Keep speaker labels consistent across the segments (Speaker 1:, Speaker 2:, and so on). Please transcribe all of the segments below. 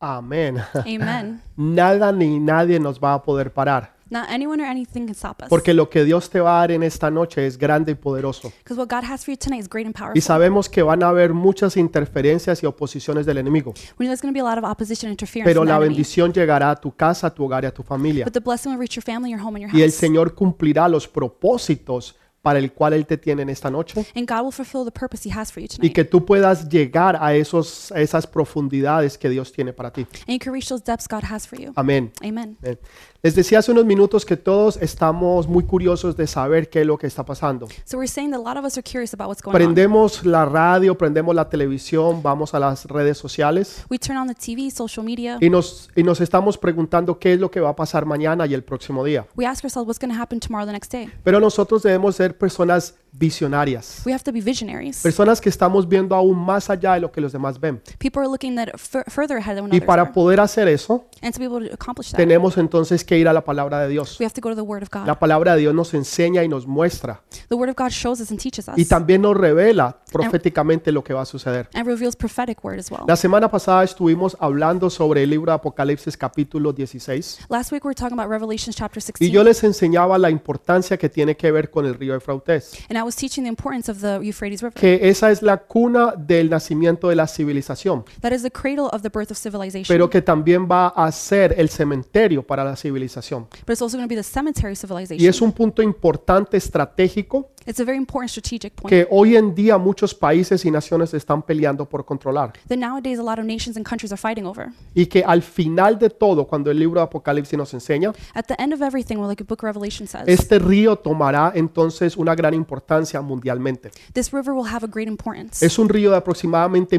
Speaker 1: Amén.
Speaker 2: Amen.
Speaker 1: Nada ni nadie nos va a poder parar.
Speaker 2: Not anyone or anything can stop us.
Speaker 1: Porque lo que Dios te va a dar en esta noche es grande y poderoso.
Speaker 2: Because what God has for you tonight is great and powerful.
Speaker 1: Y sabemos que van a haber muchas interferencias y oposiciones del enemigo.
Speaker 2: we know there's going to be a lot of opposition and interference.
Speaker 1: Pero
Speaker 2: from the
Speaker 1: la
Speaker 2: enemy.
Speaker 1: bendición llegará a tu casa, a tu hogar y a tu familia.
Speaker 2: But the blessing will reach your family, your home, and your
Speaker 1: Y el
Speaker 2: house.
Speaker 1: Señor cumplirá los propósitos para el cual Él te tiene en esta noche.
Speaker 2: And God will fulfill the purpose He has for you
Speaker 1: Y
Speaker 2: tonight.
Speaker 1: que tú puedas llegar a, esos, a esas profundidades que Dios tiene para ti.
Speaker 2: And you can reach those depths God has for you.
Speaker 1: Amén.
Speaker 2: Amen.
Speaker 1: Amén. Les decía hace unos minutos que todos estamos muy curiosos de saber qué es lo que está pasando.
Speaker 2: So we're saying that a lot of us are curious about what's going on.
Speaker 1: Prendemos la radio, prendemos la televisión, vamos a las redes sociales
Speaker 2: We turn on the TV, social media.
Speaker 1: y nos, y nos estamos preguntando qué es lo que va a pasar mañana y el próximo día.
Speaker 2: We ask ourselves what's going to happen tomorrow, the next day.
Speaker 1: Pero nosotros debemos ser personas visionarias,
Speaker 2: We have to be visionaries.
Speaker 1: personas que estamos viendo aún más allá de lo que los demás ven.
Speaker 2: People are looking that fur further ahead than one
Speaker 1: Y
Speaker 2: another.
Speaker 1: para poder hacer eso,
Speaker 2: And to be able to accomplish that,
Speaker 1: tenemos entonces que ir a la palabra de Dios.
Speaker 2: we have to go to the Word of God.
Speaker 1: La palabra de Dios nos enseña y nos muestra
Speaker 2: The Word of God shows us and teaches us
Speaker 1: y también nos revela proféticamente lo que va a suceder.
Speaker 2: and reveals prophetic word as well.
Speaker 1: La semana pasada estuvimos hablando sobre el libro de Apocalipsis capítulo 16
Speaker 2: Last week we were talking about Revelation chapter 16,
Speaker 1: y yo les enseñaba la importancia que tiene que ver con el río Efrautes,
Speaker 2: and I was teaching the importance of the Euphrates River.
Speaker 1: que esa es la cuna del nacimiento de la civilización,
Speaker 2: That is the cradle of the birth of civilization,
Speaker 1: pero que también va a ser el cementerio para la civilización.
Speaker 2: but it's also going to be the cemetery of
Speaker 1: Y
Speaker 2: civilization.
Speaker 1: es un punto importante estratégico
Speaker 2: It's a very important strategic point
Speaker 1: que hoy en día muchos países y naciones están peleando por controlar.
Speaker 2: that nowadays a lot of nations and countries are fighting over.
Speaker 1: y que al final de todo, cuando el libro de Apocalipsis nos enseña,
Speaker 2: At the end of everything, well, like the book of Revelation says,
Speaker 1: este río tomará entonces una gran importancia mundialmente.
Speaker 2: this river will have a great importance.
Speaker 1: Es un río de aproximadamente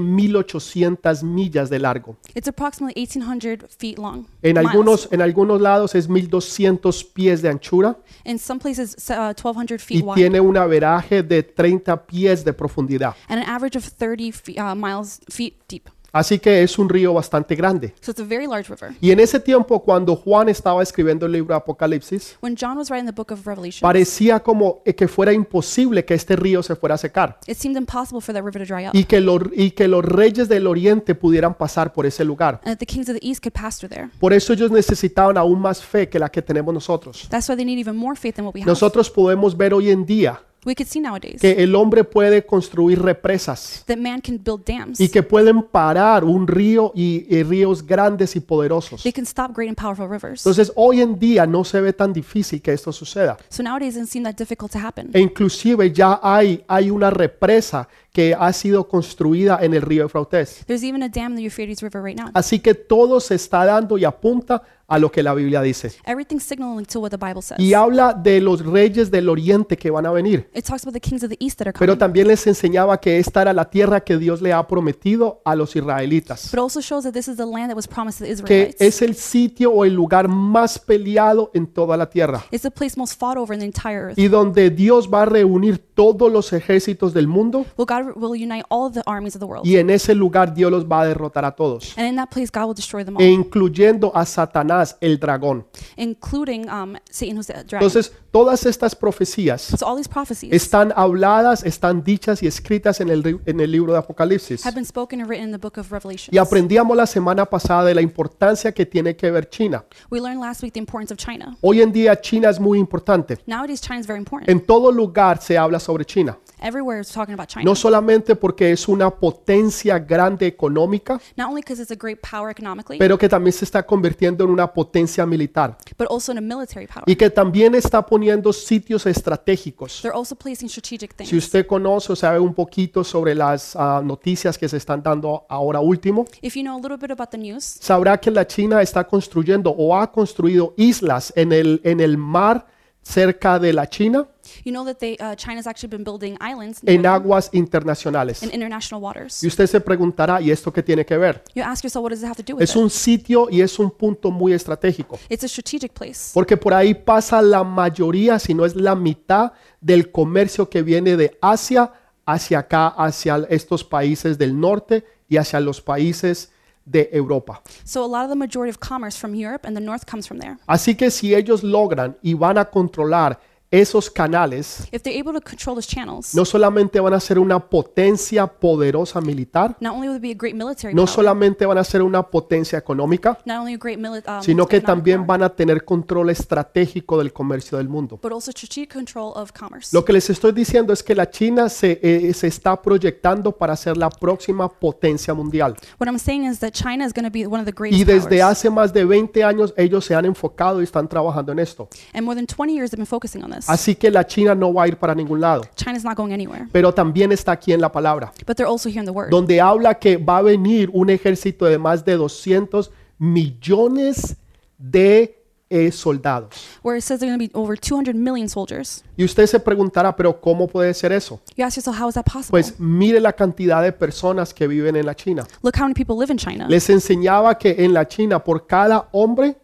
Speaker 1: 1800 millas de largo.
Speaker 2: It's approximately 1,800 feet long.
Speaker 1: En
Speaker 2: miles.
Speaker 1: algunos, en algunos lados es 1200 pies de anchura
Speaker 2: In some places, s- uh, 1,200 feet
Speaker 1: y
Speaker 2: wide,
Speaker 1: tiene un averaje de 30 pies de profundidad.
Speaker 2: and an average of 30 fe- uh, miles feet deep.
Speaker 1: Así que es un río bastante grande.
Speaker 2: So it's a very large river.
Speaker 1: Y en ese tiempo, cuando Juan estaba escribiendo el libro de Apocalipsis,
Speaker 2: When John was writing the book of Revelation,
Speaker 1: parecía como que fuera imposible que este río se fuera a secar.
Speaker 2: it seemed impossible for that river to dry up,
Speaker 1: y que, lo- y que los reyes del oriente pudieran pasar por ese lugar.
Speaker 2: and that uh, the kings of the east could pass through there.
Speaker 1: Por eso ellos necesitaban aún más fe que la que tenemos nosotros.
Speaker 2: That's why they need even more faith than what we have.
Speaker 1: Nosotros podemos ver hoy en día
Speaker 2: we could see nowadays
Speaker 1: que el hombre puede construir represas
Speaker 2: that man can build dams.
Speaker 1: y que pueden parar un río y, y ríos grandes y poderosos.
Speaker 2: they can stop great and powerful rivers.
Speaker 1: Entonces hoy en día no se ve tan difícil que esto suceda.
Speaker 2: so nowadays it doesn't seem that difficult to happen.
Speaker 1: E inclusive ya hay, hay una represa que ha sido construida en el río Efrautes.
Speaker 2: There's even a dam in the Euphrates River right now.
Speaker 1: Así que todo se está dando y apunta a lo que la Biblia dice.
Speaker 2: Everything's signaling to what the Bible says.
Speaker 1: y habla de los reyes del oriente que van a venir.
Speaker 2: It talks about the kings of the east that are coming.
Speaker 1: Pero también les enseñaba que esta era la tierra que Dios le ha prometido a los israelitas,
Speaker 2: but it also shows that this is the land that was promised to the
Speaker 1: que
Speaker 2: Israelites.
Speaker 1: es el sitio o el lugar más peleado en toda la tierra
Speaker 2: it's the place most fought over in the entire earth.
Speaker 1: y donde Dios va a reunir todos los ejércitos del mundo
Speaker 2: well, God will unite all of the armies of the world.
Speaker 1: y en ese lugar Dios los va a derrotar a todos,
Speaker 2: and in that place, God will destroy them all,
Speaker 1: e incluyendo a Satanás el dragón.
Speaker 2: including um, Satan, who's the dragon.
Speaker 1: Entonces, todas estas profecías
Speaker 2: so all these prophecies
Speaker 1: están habladas, están dichas y escritas en el, ri- en el libro de Apocalipsis.
Speaker 2: have been spoken and written in the book of Revelation.
Speaker 1: Y aprendíamos la semana pasada de la importancia que tiene que ver China.
Speaker 2: We learned last week the importance of China.
Speaker 1: Hoy en día China es muy importante.
Speaker 2: Nowadays, China is very important.
Speaker 1: En todo lugar se habla sobre China.
Speaker 2: Everywhere is talking about China.
Speaker 1: No solamente porque es una potencia grande económica,
Speaker 2: Not only because it's a great power economically,
Speaker 1: pero que también se está convirtiendo en una potencia militar
Speaker 2: but also in a military power.
Speaker 1: y que también está poniendo sitios estratégicos.
Speaker 2: They're also placing strategic things.
Speaker 1: Si usted conoce o sabe un poquito sobre las ah, noticias que se están dando ahora último,
Speaker 2: If you know a little bit about the news,
Speaker 1: sabrá que la China está construyendo o ha construido islas en el, en el mar cerca de la China
Speaker 2: you know that they uh, China's actually been building islands
Speaker 1: en
Speaker 2: in
Speaker 1: aguas internacionales.
Speaker 2: international waters.
Speaker 1: Y usted se preguntará, ¿y esto qué tiene que ver?
Speaker 2: You ask yourself, what does it have to do with
Speaker 1: Es
Speaker 2: it?
Speaker 1: un sitio y es un punto muy estratégico,
Speaker 2: It's a strategic place
Speaker 1: porque por ahí pasa la mayoría, si no es la mitad, del comercio que viene de Asia hacia acá, hacia estos países del norte y hacia los países de Europa.
Speaker 2: so a lot of the majority of commerce from Europe and the North comes from there
Speaker 1: Así que si ellos logran y van a controlar esos canales
Speaker 2: If they're able to control those channels,
Speaker 1: no solamente van a ser una potencia poderosa militar,
Speaker 2: not only would it be a great military
Speaker 1: no
Speaker 2: power,
Speaker 1: solamente van a ser una potencia económica,
Speaker 2: not only a great military, um,
Speaker 1: sino que
Speaker 2: economic
Speaker 1: también
Speaker 2: power,
Speaker 1: van a tener control estratégico del comercio del mundo.
Speaker 2: but also strategic control of commerce.
Speaker 1: Lo que les estoy diciendo es que la China se, eh, se está proyectando para ser la próxima potencia mundial.
Speaker 2: What I'm saying is that China is going to be one of the greatest
Speaker 1: Y desde
Speaker 2: powers.
Speaker 1: hace más de 20 años ellos se han enfocado y están trabajando en esto.
Speaker 2: And more than 20 years they've been focusing on this.
Speaker 1: Así que la China no va a ir para ningún lado.
Speaker 2: China's not going anywhere.
Speaker 1: Pero también está aquí en la palabra,
Speaker 2: But they're also hearing the word.
Speaker 1: donde habla que va a venir un ejército de más de 200 millones de eh, soldados.
Speaker 2: where it says they're going to be over 200 million soldiers.
Speaker 1: Y usted se preguntará, pero ¿cómo puede ser eso?
Speaker 2: You ask yourself, how is that possible?
Speaker 1: Pues mire la cantidad de personas que viven en la China.
Speaker 2: Look how many people live in China.
Speaker 1: Les enseñaba que en la China por cada hombre,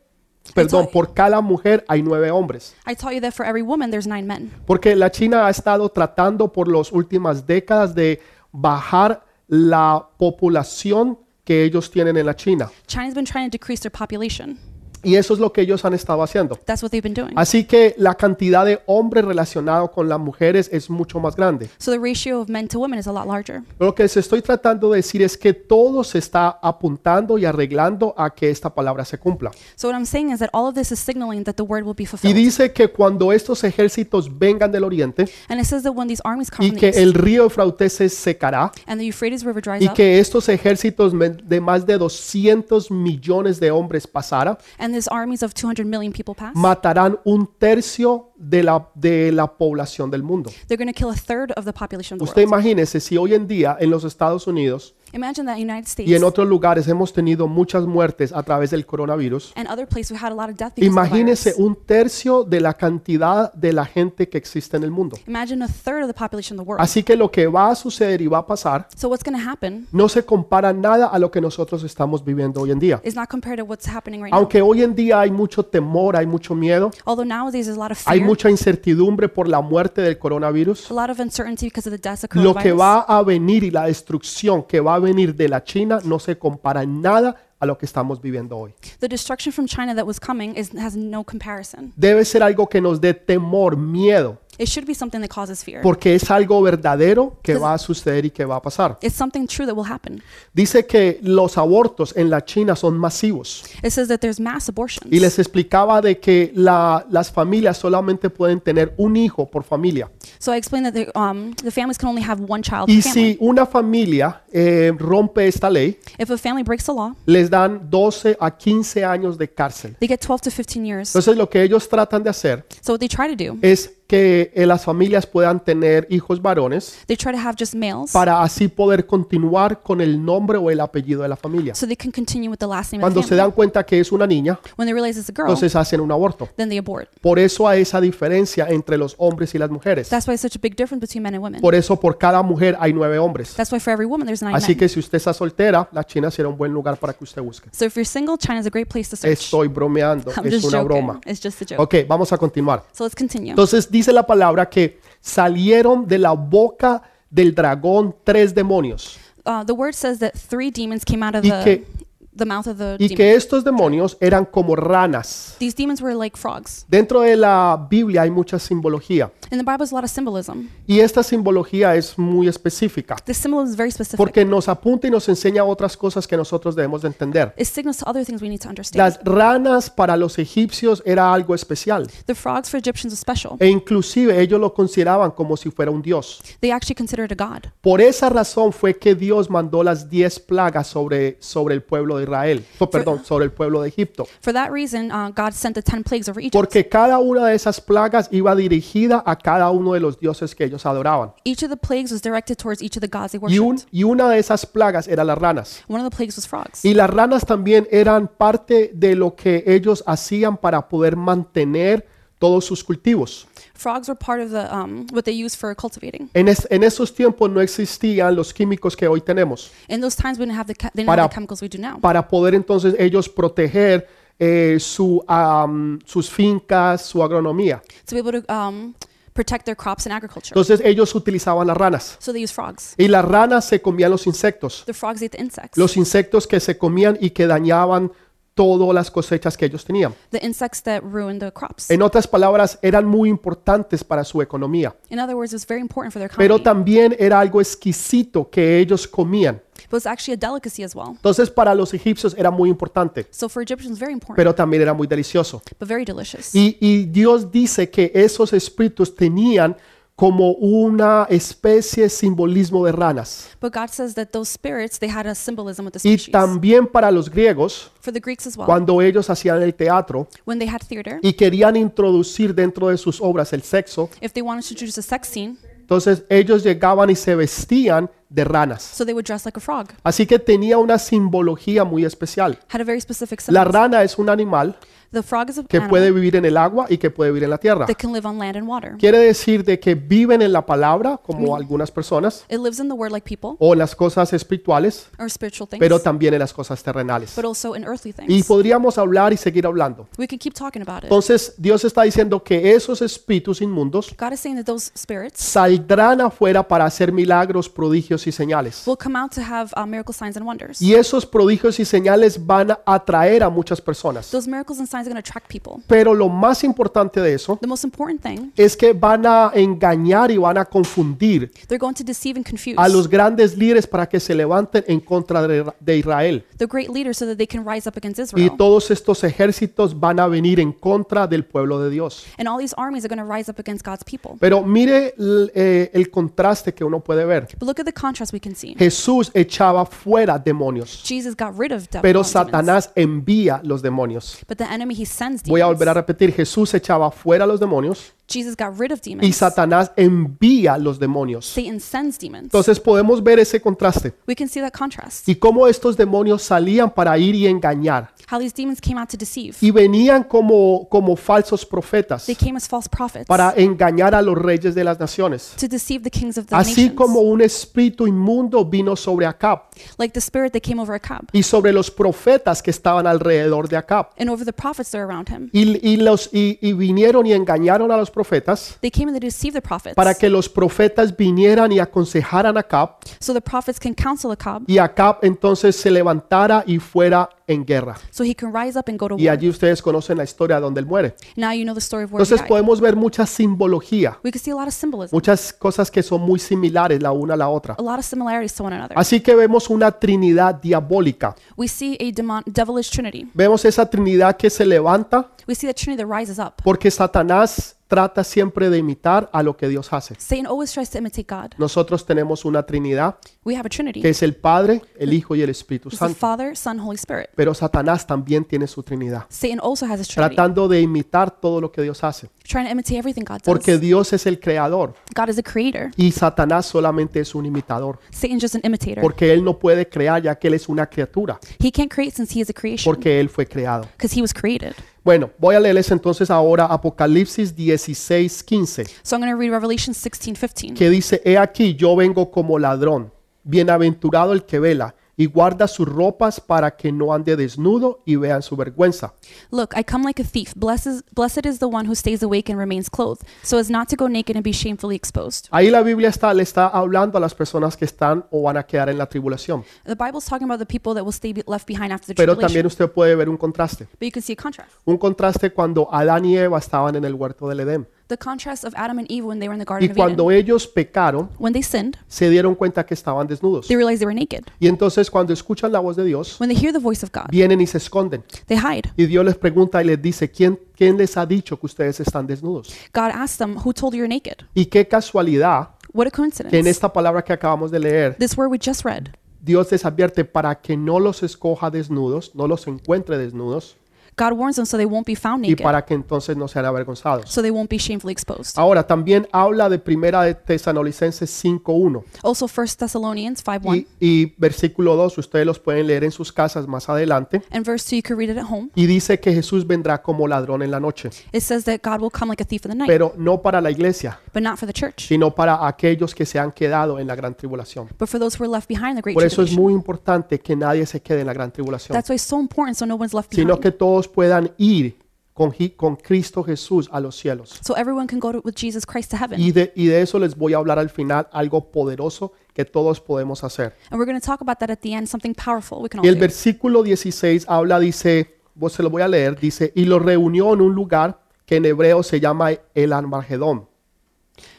Speaker 1: perdón, por cada mujer hay nueve hombres.
Speaker 2: I taught you that for every woman, there's nine men.
Speaker 1: Porque la China ha estado tratando por las últimas décadas de bajar la población que ellos tienen en la China.
Speaker 2: China's been trying to decrease their population.
Speaker 1: Y eso es lo que ellos han estado haciendo.
Speaker 2: That's what they've been doing.
Speaker 1: Así que la cantidad de hombres relacionados con las mujeres es mucho más grande.
Speaker 2: So the ratio of men to women is a lot larger.
Speaker 1: Lo que les estoy tratando de decir es que todo se está apuntando y arreglando a que esta palabra se cumpla.
Speaker 2: So what I'm saying is that all of this is signaling that the word will be
Speaker 1: Y
Speaker 2: fulfilled.
Speaker 1: dice que cuando estos ejércitos vengan del oriente
Speaker 2: And it says that when these armies come
Speaker 1: y
Speaker 2: from
Speaker 1: que
Speaker 2: the east
Speaker 1: el río Eufrates se secará
Speaker 2: and the Euphrates River dries
Speaker 1: y
Speaker 2: up
Speaker 1: que estos ejércitos me- de más de 200 millones de hombres pasara,
Speaker 2: and these armies of 200 million people pass,
Speaker 1: matarán un tercio de la, de la población del mundo.
Speaker 2: they're going to kill a third of the population of the
Speaker 1: Usted
Speaker 2: world.
Speaker 1: imagínese si hoy en día en los Estados Unidos
Speaker 2: Imagine that United States
Speaker 1: y en otros lugares hemos tenido muchas muertes a través del coronavirus.
Speaker 2: and other places we had a lot of death because of the
Speaker 1: Imagínese
Speaker 2: virus.
Speaker 1: un tercio de la cantidad de la gente que existe en el mundo.
Speaker 2: Imagine a third of the population of the world.
Speaker 1: Así que lo que va a suceder y va a pasar
Speaker 2: so what's going to happen
Speaker 1: no se compara nada a lo que nosotros estamos viviendo hoy en día.
Speaker 2: is not compared to what's happening right now.
Speaker 1: Aunque hoy en día hay mucho temor, hay mucho miedo,
Speaker 2: Although nowadays there's a lot of
Speaker 1: hay
Speaker 2: fear,
Speaker 1: mucha incertidumbre por la muerte del coronavirus,
Speaker 2: a lot of uncertainty because of the deaths of
Speaker 1: lo que
Speaker 2: coronavirus.
Speaker 1: va a venir y la destrucción que va a venir de la China no se compara en nada a lo que estamos viviendo hoy.
Speaker 2: the destruction from China that was coming is, has no comparison.
Speaker 1: Debe ser algo que nos dé temor, miedo,
Speaker 2: It should be something that causes fear.
Speaker 1: porque es algo verdadero que va a suceder y que va a pasar.
Speaker 2: it's something true that will happen.
Speaker 1: Dice que los abortos en la China son masivos
Speaker 2: It says that there's mass abortions.
Speaker 1: y les explicaba de que la- las familias solamente pueden tener un hijo por familia.
Speaker 2: so I explained that the, um, the families can only have one child per
Speaker 1: Y
Speaker 2: family.
Speaker 1: si una familia eh, rompe esta ley,
Speaker 2: If a family breaks the law,
Speaker 1: les dan 12 a 15 años de cárcel.
Speaker 2: they get 12 to 15 years.
Speaker 1: Entonces lo que ellos tratan de hacer
Speaker 2: so what they try to do,
Speaker 1: es que eh, las familias puedan tener hijos varones
Speaker 2: they try to have just males
Speaker 1: para así poder continuar con el nombre o el apellido de la familia.
Speaker 2: so they can continue with the last name
Speaker 1: Cuando
Speaker 2: of
Speaker 1: se
Speaker 2: the family.
Speaker 1: dan cuenta que es una niña,
Speaker 2: when they realize it's a girl,
Speaker 1: entonces hacen un aborto.
Speaker 2: then they abort.
Speaker 1: Por eso hay esa diferencia entre los hombres y las mujeres.
Speaker 2: That's why it's such a big difference between men and women.
Speaker 1: Por eso por cada mujer hay nueve hombres.
Speaker 2: That's why for every woman there's nine
Speaker 1: Así
Speaker 2: men.
Speaker 1: que si usted está soltera, la China será un buen lugar para que usted busque.
Speaker 2: so if you're single, China's a great place to search.
Speaker 1: Estoy bromeando,
Speaker 2: I'm
Speaker 1: es
Speaker 2: just
Speaker 1: una
Speaker 2: joking.
Speaker 1: broma.
Speaker 2: It's just a joke.
Speaker 1: Ok, vamos a continuar.
Speaker 2: So let's continue.
Speaker 1: Entonces dice la palabra que salieron de la boca del dragón tres demonios
Speaker 2: uh, the word says that three demons came out of
Speaker 1: Y
Speaker 2: the
Speaker 1: que-
Speaker 2: the mouth of the
Speaker 1: y
Speaker 2: demon.
Speaker 1: que estos demonios eran como ranas.
Speaker 2: These demons were like frogs.
Speaker 1: Dentro de la Biblia hay mucha simbología
Speaker 2: In the Bible, there's a lot of symbolism.
Speaker 1: y esta simbología es muy específica
Speaker 2: This symbolism is very specific.
Speaker 1: porque nos apunta y nos enseña otras cosas que nosotros debemos de entender.
Speaker 2: it signals to other things we need to understand.
Speaker 1: Las ranas para los egipcios era algo especial
Speaker 2: the frogs for Egyptians are special.
Speaker 1: e inclusive ellos lo consideraban como si fuera un dios.
Speaker 2: They actually consider it a god.
Speaker 1: Por esa razón fue que Dios mandó las diez plagas sobre, sobre el pueblo de Israel, so- perdón, sobre el pueblo de Egipto,
Speaker 2: For that reason, uh, God sent the ten plagues over Egypt.
Speaker 1: porque cada una de esas plagas iba dirigida a cada uno de los dioses que ellos adoraban.
Speaker 2: each of the plagues was directed towards each of the gods they
Speaker 1: Y, un-
Speaker 2: worshipped.
Speaker 1: y una de esas plagas eran las ranas.
Speaker 2: One of the plagues was frogs.
Speaker 1: Y las ranas también eran parte de lo que ellos hacían para poder mantener todos sus cultivos.
Speaker 2: frogs were part of the um, what they used for cultivating.
Speaker 1: En, es- en esos tiempos no existían los químicos que hoy tenemos
Speaker 2: In those times, we didn't have the, che- they didn't
Speaker 1: Para-
Speaker 2: have the chemicals we do now.
Speaker 1: para poder entonces ellos proteger eh, su, am, sus fincas, su agronomía.
Speaker 2: to be able to um, protect their crops and agriculture.
Speaker 1: Entonces ellos utilizaban las ranas
Speaker 2: so they use frogs.
Speaker 1: y las ranas se comían los insectos,
Speaker 2: The frogs ate the insects.
Speaker 1: los insectos que se comían y que dañaban todas las cosechas que ellos tenían.
Speaker 2: the insects that ruin the crops.
Speaker 1: En otras palabras, eran muy importantes para su economía,
Speaker 2: In other words, it was very important for their economy.
Speaker 1: pero también era algo exquisito que ellos comían.
Speaker 2: But it was actually a delicacy as well.
Speaker 1: Entonces para los egipcios era muy importante,
Speaker 2: So for Egyptians, very important,
Speaker 1: pero también era muy delicioso.
Speaker 2: but very delicious.
Speaker 1: Y, y Dios dice que esos espíritus tenían como una especie de simbolismo de ranas.
Speaker 2: But God says that those spirits, they had a symbolism with the
Speaker 1: Y
Speaker 2: species.
Speaker 1: también para los griegos,
Speaker 2: For the Greeks as well,
Speaker 1: cuando ellos hacían el teatro
Speaker 2: when they had theater,
Speaker 1: y querían introducir dentro de sus obras el sexo,
Speaker 2: if they wanted to introduce a sex scene,
Speaker 1: entonces ellos llegaban y se vestían de ranas.
Speaker 2: so they would dress like a frog.
Speaker 1: Así que tenía una simbología muy especial.
Speaker 2: Had a very specific
Speaker 1: La
Speaker 2: symbol.
Speaker 1: rana es un animal
Speaker 2: The frog is an
Speaker 1: que puede
Speaker 2: animal
Speaker 1: vivir en el agua y que puede vivir en la tierra.
Speaker 2: that can live on land and water.
Speaker 1: Quiere decir de que viven en la palabra, como algunas personas,
Speaker 2: It lives in the word like people
Speaker 1: o en las cosas espirituales,
Speaker 2: or spiritual things,
Speaker 1: pero también en las cosas terrenales.
Speaker 2: but also in earthly
Speaker 1: Y
Speaker 2: things.
Speaker 1: podríamos hablar y seguir hablando.
Speaker 2: We could keep talking about it.
Speaker 1: Entonces Dios está diciendo que esos espíritus inmundos
Speaker 2: God is saying that those spirits
Speaker 1: saldrán afuera para hacer milagros, prodigios y señales.
Speaker 2: will come out to have uh, miracle signs and wonders.
Speaker 1: Y esos prodigios y señales van a atraer a muchas personas.
Speaker 2: Those miracles and signs are going to attract people.
Speaker 1: Pero lo más importante de eso
Speaker 2: The most important thing,
Speaker 1: es que van a engañar y van a confundir
Speaker 2: they're going to deceive and confuse
Speaker 1: a los grandes líderes para que se levanten en contra de de Israel.
Speaker 2: the great leaders so that they can rise up against
Speaker 1: Y
Speaker 2: Israel.
Speaker 1: todos estos ejércitos van a venir en contra del pueblo de Dios.
Speaker 2: And all these armies are going to rise up against God's people.
Speaker 1: Pero mire l- eh, el contraste que uno puede ver.
Speaker 2: But look at the contrast we can see.
Speaker 1: Jesús echaba fuera demonios,
Speaker 2: Jesus got rid of
Speaker 1: pero
Speaker 2: devils,
Speaker 1: Satanás envía los demonios.
Speaker 2: but the enemy he sends
Speaker 1: Voy a volver a
Speaker 2: demons.
Speaker 1: repetir, Jesús echaba fuera los demonios
Speaker 2: Jesus got rid of
Speaker 1: y
Speaker 2: demons.
Speaker 1: Satanás envía los demonios.
Speaker 2: Satan sends demons.
Speaker 1: Entonces podemos ver ese contraste
Speaker 2: We can see that contrast.
Speaker 1: y cómo estos demonios salían para ir y engañar
Speaker 2: How these demons came out to deceive.
Speaker 1: y venían como, como falsos profetas
Speaker 2: They came as false prophets
Speaker 1: para engañar a los reyes de las naciones.
Speaker 2: to deceive the kings of the
Speaker 1: Así
Speaker 2: nations.
Speaker 1: como un espíritu inmundo vino sobre Acab
Speaker 2: Like the spirit that came over Acab
Speaker 1: y sobre los profetas que estaban alrededor de Acab.
Speaker 2: and over the prophets that are around him.
Speaker 1: Y, y los, y- y vinieron y engañaron a los profetas
Speaker 2: They came and they deceived the prophets
Speaker 1: para que los profetas vinieran y aconsejaran a Acab
Speaker 2: so the prophets can counsel Acab
Speaker 1: y Acab entonces se levantara y fuera en guerra.
Speaker 2: so he can rise up and go to
Speaker 1: Y
Speaker 2: war.
Speaker 1: allí ustedes conocen la historia donde él muere.
Speaker 2: Now you know the story of where he
Speaker 1: Entonces
Speaker 2: died.
Speaker 1: podemos ver mucha simbología,
Speaker 2: We can see a lot of symbolism,
Speaker 1: muchas cosas que son muy similares la una a la otra.
Speaker 2: a lot of similarities to one another.
Speaker 1: Así que vemos una trinidad diabólica.
Speaker 2: We see a demon, devilish trinity.
Speaker 1: Vemos esa trinidad que se levanta
Speaker 2: We see the trinity that rises up.
Speaker 1: porque Satanás trata siempre de imitar a lo que Dios hace.
Speaker 2: Satan always tries to imitate God.
Speaker 1: Nosotros tenemos una trinidad
Speaker 2: We have a trinity.
Speaker 1: que es el Padre, el Hijo y el Espíritu
Speaker 2: It's the
Speaker 1: Santo.
Speaker 2: Father, Son, Holy Spirit.
Speaker 1: Pero Satanás también tiene su trinidad,
Speaker 2: Satan also has a trinity,
Speaker 1: tratando de imitar todo lo que Dios hace.
Speaker 2: trying to imitate everything God
Speaker 1: Porque
Speaker 2: does.
Speaker 1: Dios es el creador
Speaker 2: God is a creator.
Speaker 1: y Satanás solamente es un imitador.
Speaker 2: Satan's just an imitator.
Speaker 1: Porque él no puede crear ya que él es una criatura,
Speaker 2: He can't create since he is a creation
Speaker 1: porque él fue creado.
Speaker 2: because he was created.
Speaker 1: Bueno, voy a leerles entonces ahora Apocalipsis 16, 15,
Speaker 2: So I'm going to read Revelation 16, 15.
Speaker 1: que dice, He aquí yo vengo como ladrón, bienaventurado el que vela y guarda sus ropas para que no ande desnudo y vean su vergüenza.
Speaker 2: Look, I come like a thief. Blessed, blessed is the one who stays awake and remains clothed, so as not to go naked and be shamefully exposed.
Speaker 1: Ahí la Biblia está, le está hablando a las personas que están o van a quedar en la tribulación.
Speaker 2: The Bible's talking about the people that will stay be- left behind after the
Speaker 1: Pero
Speaker 2: tribulation.
Speaker 1: también usted puede ver un contraste.
Speaker 2: But you can see a contrast.
Speaker 1: Un contraste cuando Adán y Eva estaban en el huerto del Edén.
Speaker 2: The contrast of Adam and Eve when they were in the Garden
Speaker 1: Y
Speaker 2: of Eden.
Speaker 1: cuando ellos pecaron,
Speaker 2: When they sinned,
Speaker 1: se dieron cuenta que estaban desnudos.
Speaker 2: they realized they were naked.
Speaker 1: Y entonces cuando escuchan la voz de Dios,
Speaker 2: When they hear the voice of God,
Speaker 1: vienen y se esconden.
Speaker 2: they hide.
Speaker 1: Y Dios les pregunta y les dice, ¿quién, quién les ha dicho que ustedes están desnudos?
Speaker 2: God asks them, Who told you you're naked?
Speaker 1: Y qué casualidad
Speaker 2: What a
Speaker 1: que en
Speaker 2: coincidence.
Speaker 1: esta palabra que acabamos de leer,
Speaker 2: This word we just read.
Speaker 1: Dios les advierte para que no los escoja desnudos, no los encuentre desnudos
Speaker 2: God warns them so they won't be found
Speaker 1: y
Speaker 2: naked,
Speaker 1: para Oh. que entonces no sean avergonzados.
Speaker 2: so they won't be shamefully exposed.
Speaker 1: Ahora, también habla de primera de Tesalonicenses 5.1
Speaker 2: Also, 1 Thessalonians 5 1
Speaker 1: y, y versículo 2, ustedes los pueden leer en sus casas más adelante.
Speaker 2: and verse 2, you can read it at home.
Speaker 1: Y dice que Jesús vendrá como ladrón en la noche,
Speaker 2: It says that God will come like a thief in the night,
Speaker 1: pero no para la iglesia,
Speaker 2: but not for the church,
Speaker 1: sino para aquellos que se han quedado en la gran tribulación.
Speaker 2: but for those who are left behind in the great
Speaker 1: Por eso es
Speaker 2: tribulation.
Speaker 1: muy importante que nadie se quede en la gran tribulación,
Speaker 2: That's why it's so important, so no one's left
Speaker 1: sino
Speaker 2: behind.
Speaker 1: que todos puedan ir con, Ji- con Cristo Jesús a los cielos.
Speaker 2: So everyone can go to, with Jesus Christ to heaven.
Speaker 1: Y de, y de eso les voy a hablar al final, algo poderoso que todos podemos hacer.
Speaker 2: And we're going to talk about that at the end, something powerful we can all
Speaker 1: Y el
Speaker 2: do.
Speaker 1: versículo 16 habla, dice, vos se lo voy a leer, dice, y los reunió en un lugar que en hebreo se llama el Armagedón.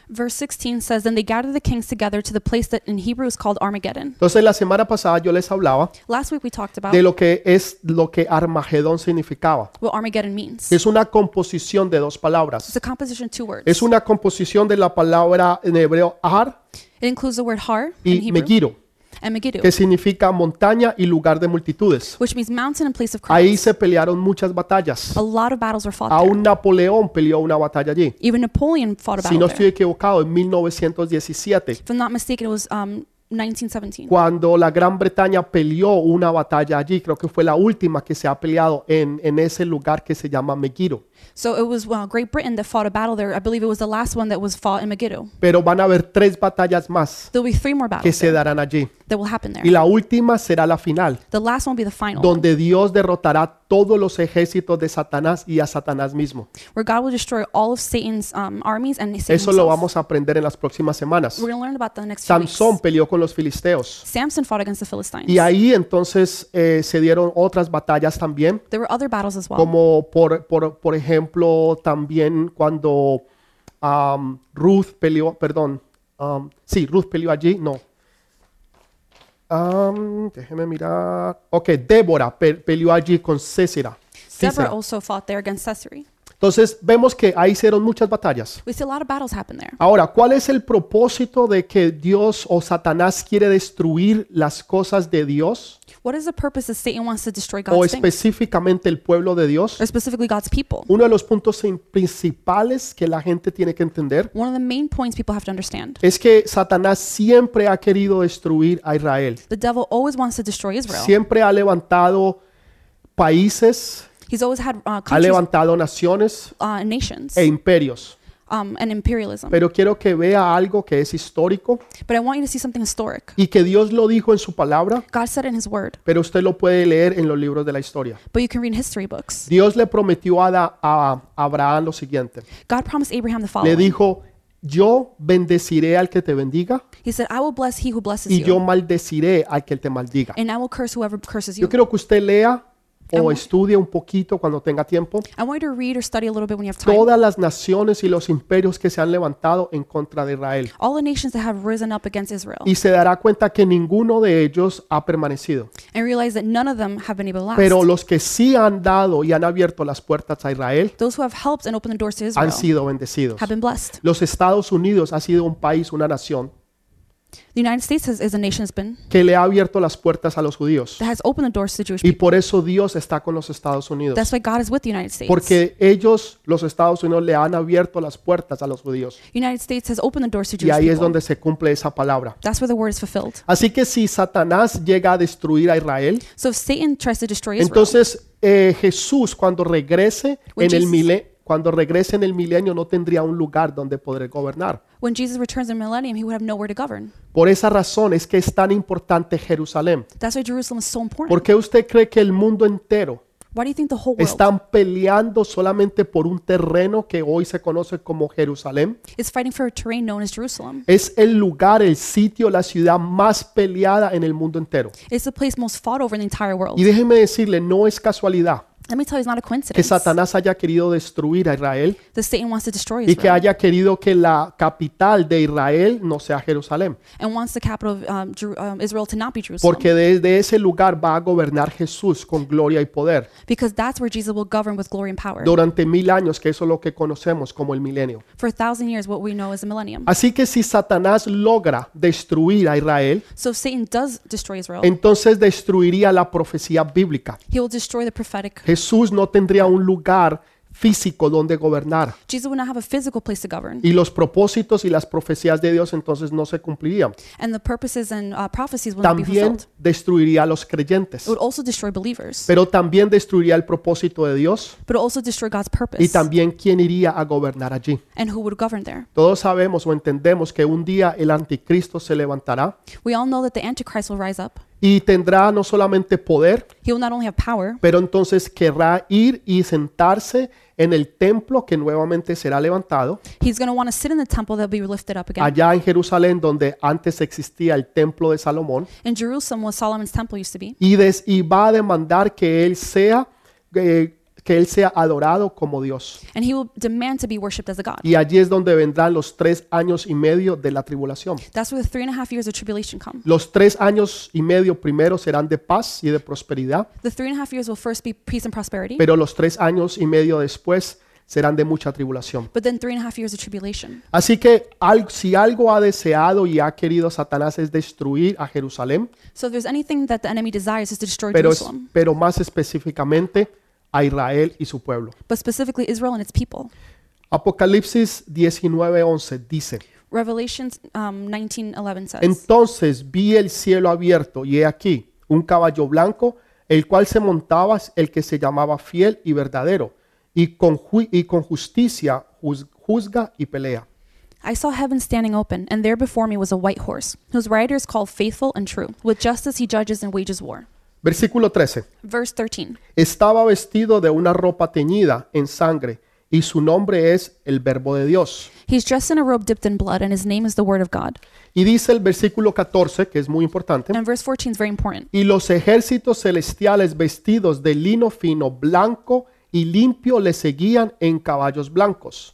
Speaker 2: Verse 16 says, Then they gathered the kings together to the place that in Hebrew is called Armageddon.
Speaker 1: Entonces la semana pasada yo les hablaba
Speaker 2: Last week we talked about
Speaker 1: de lo que es lo que Armagedón significaba.
Speaker 2: what Armageddon means.
Speaker 1: Es una composición de dos palabras.
Speaker 2: It's a composition of two words.
Speaker 1: Es una composición de la palabra en hebreo ar
Speaker 2: It includes the word har in
Speaker 1: y
Speaker 2: Hebrew
Speaker 1: megiddo,
Speaker 2: and megiddo,
Speaker 1: que significa montaña y lugar de multitudes.
Speaker 2: which means mountain and place of crowds.
Speaker 1: Ahí se pelearon muchas batallas.
Speaker 2: A lot of battles were fought there.
Speaker 1: Aún Napoleón peleó una batalla allí.
Speaker 2: Even Napoleon fought a
Speaker 1: Si
Speaker 2: battle
Speaker 1: no
Speaker 2: there.
Speaker 1: estoy equivocado, en 1917,
Speaker 2: If I'm not mistaken, it was um, 1917
Speaker 1: cuando la Gran Bretaña peleó una batalla allí, creo que fue la última que se ha peleado en, en ese lugar que se llama Megiddo.
Speaker 2: So it was well, Great Britain that fought a battle there. I believe it was the last one that was fought in Megiddo.
Speaker 1: Pero van a haber tres batallas más
Speaker 2: There'll be three more
Speaker 1: que
Speaker 2: battles
Speaker 1: se darán allí.
Speaker 2: that will happen there.
Speaker 1: Y la última será la final,
Speaker 2: The last one will be the final, one,
Speaker 1: donde Dios derrotará todos los ejércitos de Satanás y a Satanás mismo.
Speaker 2: where God will destroy all of Satan's um, armies and Satan
Speaker 1: Eso lo
Speaker 2: himself.
Speaker 1: vamos a aprender en las próximas semanas.
Speaker 2: We're going to learn about that in the next few
Speaker 1: Sansón
Speaker 2: weeks.
Speaker 1: peleó con los filisteos.
Speaker 2: Samson fought against the Philistines.
Speaker 1: Y ahí entonces eh, se dieron otras batallas también,
Speaker 2: There were other battles as well.
Speaker 1: como por, por, por ejemplo también cuando am, Ruth peleó, perdón, am, sí, Ruth peleó allí, no. Am, déjeme mirar. Ok, Débora pe- peleó allí con Césara.
Speaker 2: Deborah
Speaker 1: Císara.
Speaker 2: also fought there against Seseri.
Speaker 1: Entonces vemos que ahí se dieron muchas batallas.
Speaker 2: We see a lot of battles happen there.
Speaker 1: Ahora, ¿cuál es el propósito de que Dios o Satanás quiere destruir las cosas de Dios
Speaker 2: What is the purpose that Satan wants to destroy
Speaker 1: o
Speaker 2: God's things,
Speaker 1: específicamente el pueblo de Dios?
Speaker 2: or specifically God's people?
Speaker 1: Uno de los puntos in- principales que la gente tiene que entender
Speaker 2: One of the main points people have to understand:
Speaker 1: es que Satanás siempre ha querido destruir a Israel.
Speaker 2: the devil always wants to destroy Israel.
Speaker 1: Siempre ha levantado países,
Speaker 2: He's always had uh,
Speaker 1: ha
Speaker 2: countries,
Speaker 1: levantado naciones
Speaker 2: uh, nations,
Speaker 1: e imperios.
Speaker 2: um, and imperialism.
Speaker 1: Pero quiero que vea algo que es histórico
Speaker 2: But I want you to see something historic.
Speaker 1: y que Dios lo dijo en su palabra,
Speaker 2: God said in His Word,
Speaker 1: pero usted lo puede leer en los libros de la historia.
Speaker 2: but you can read in history books.
Speaker 1: Dios le prometió a, Da- a Abraham lo siguiente.
Speaker 2: God promised Abraham the
Speaker 1: Le
Speaker 2: following.
Speaker 1: dijo, yo bendeciré al que te bendiga
Speaker 2: he said, "I will bless he who blesses
Speaker 1: y
Speaker 2: you,
Speaker 1: yo maldeciré al que te maldiga.
Speaker 2: and I will curse whoever curses you."
Speaker 1: Yo quiero que usted lea o
Speaker 2: Amén.
Speaker 1: estudie un poquito cuando tenga tiempo
Speaker 2: I want you to read or study a little bit when you have time.
Speaker 1: todas las naciones y los imperios que se han levantado en contra de Israel.
Speaker 2: all the nations that have risen up against Israel
Speaker 1: Y se dará cuenta que ninguno de ellos ha permanecido.
Speaker 2: and realize that none of them have been able to last.
Speaker 1: Pero los que sí han dado y han abierto las puertas a Israel
Speaker 2: Those who have helped and opened the doors to Israel
Speaker 1: han sido bendecidos.
Speaker 2: have been blessed.
Speaker 1: Los Estados Unidos ha sido un país, una nación,
Speaker 2: The United States has, is a nation has been
Speaker 1: que le ha abierto las puertas a los judíos.
Speaker 2: that has opened the doors to the Jewish
Speaker 1: Y
Speaker 2: people.
Speaker 1: por eso Dios está con los Estados Unidos.
Speaker 2: That's why God is with the United States.
Speaker 1: Porque ellos, los Estados Unidos, le han abierto las puertas a los judíos.
Speaker 2: United States has opened the doors to
Speaker 1: Y
Speaker 2: Jewish
Speaker 1: ahí es
Speaker 2: people.
Speaker 1: donde se cumple esa palabra.
Speaker 2: That's where the word is fulfilled.
Speaker 1: Así que si Satanás llega a destruir a Israel,
Speaker 2: So if Satan tries to destroy Israel,
Speaker 1: entonces eh, Jesús cuando regrese en
Speaker 2: Which
Speaker 1: el
Speaker 2: is-
Speaker 1: mile- cuando regrese en el milenio no tendría un lugar donde poder gobernar.
Speaker 2: when Jesus returns in the millennium, he would have nowhere to govern.
Speaker 1: Por esa razón es que es tan importante Jerusalén.
Speaker 2: That's why Jerusalem is so important.
Speaker 1: ¿Por qué usted cree que el mundo entero
Speaker 2: why do you think the whole world
Speaker 1: están peleando solamente por un terreno que hoy se conoce como Jerusalén?
Speaker 2: is fighting for a terrain known as Jerusalem?
Speaker 1: Es el lugar, el sitio, la ciudad más peleada en el mundo entero.
Speaker 2: It's the place most fought over in the entire world.
Speaker 1: Y déjeme decirle, no es casualidad
Speaker 2: Let me tell you, it's not a
Speaker 1: que
Speaker 2: coincidence
Speaker 1: Satanás haya querido destruir a Israel
Speaker 2: that Satan wants to destroy
Speaker 1: y que
Speaker 2: Israel
Speaker 1: haya querido que la capital de Israel no sea Jerusalén,
Speaker 2: and wants the capital of um, Jeru- um, Israel to not be Jerusalem.
Speaker 1: porque desde ese lugar va a gobernar Jesús con gloria y poder
Speaker 2: because that's where Jesus will govern with glory and power
Speaker 1: durante mil años, que eso es lo que conocemos como el milenio.
Speaker 2: for a thousand years, what we know as the millennium.
Speaker 1: Así que si Satanás logra destruir a Israel,
Speaker 2: So if Satan does destroy Israel,
Speaker 1: entonces destruiría la profecía bíblica.
Speaker 2: he will destroy the prophetic.
Speaker 1: Jesús no tendría un lugar físico donde gobernar
Speaker 2: Jesus would not have a physical place to govern,
Speaker 1: y los propósitos y las profecías de Dios entonces no se cumplirían.
Speaker 2: and the purposes and uh, prophecies will not be
Speaker 1: También
Speaker 2: fulfilled.
Speaker 1: destruiría a los creyentes,
Speaker 2: It would also destroy believers,
Speaker 1: pero también destruiría el propósito de Dios
Speaker 2: but it also destroy God's
Speaker 1: y
Speaker 2: purpose
Speaker 1: también quién iría a gobernar allí.
Speaker 2: and who would govern there.
Speaker 1: Todos sabemos o entendemos que un día el anticristo se levantará
Speaker 2: We all know that the Antichrist will rise up.
Speaker 1: y tendrá no solamente poder,
Speaker 2: He will not only have power,
Speaker 1: pero entonces querrá ir y sentarse en el templo que nuevamente será levantado,
Speaker 2: he's going to want to sit in the temple that will be lifted up again.
Speaker 1: allá en Jerusalén donde antes existía el templo de Salomón,
Speaker 2: In Jerusalem, where Solomon's temple used to be,
Speaker 1: y, des- y va a demandar que él sea eh, que Él sea adorado como Dios.
Speaker 2: and he will demand to be worshipped as a God.
Speaker 1: Y allí es donde vendrán los tres años y medio de la tribulación.
Speaker 2: That's where the three and a half years of tribulation come.
Speaker 1: Los tres años y medio primero serán de paz y de prosperidad,
Speaker 2: The three and a half years will first be peace and prosperity,
Speaker 1: pero los tres años y medio después serán de mucha tribulación.
Speaker 2: but then three and a half years of tribulation.
Speaker 1: Así que al- si algo ha deseado y ha querido Satanás es destruir a Jerusalén,
Speaker 2: So if there's anything that the enemy desires is to destroy
Speaker 1: pero, es-
Speaker 2: Jerusalem,
Speaker 1: pero más específicamente a Israel y su pueblo.
Speaker 2: but specifically Israel and its people.
Speaker 1: Apocalipsis 19:11 dice,
Speaker 2: Revelations um, 19:11 says,
Speaker 1: entonces vi el cielo abierto y he aquí un caballo blanco, el cual se montaba el que se llamaba fiel y verdadero, y con, ju- y con justicia juz- juzga y pelea.
Speaker 2: I saw heaven standing open, and there before me was a white horse, whose rider is called Faithful and True. With justice he judges and wages war.
Speaker 1: Versículo 13.
Speaker 2: Verse 13.
Speaker 1: Estaba vestido de una ropa teñida en sangre, y su nombre es el Verbo de Dios.
Speaker 2: He's dressed in a robe dipped in blood, and his name is the Word of God.
Speaker 1: Y dice el versículo 14, que es muy importante,
Speaker 2: And verse 14 is very important.
Speaker 1: y los ejércitos celestiales vestidos de lino fino, blanco y limpio le seguían en caballos blancos.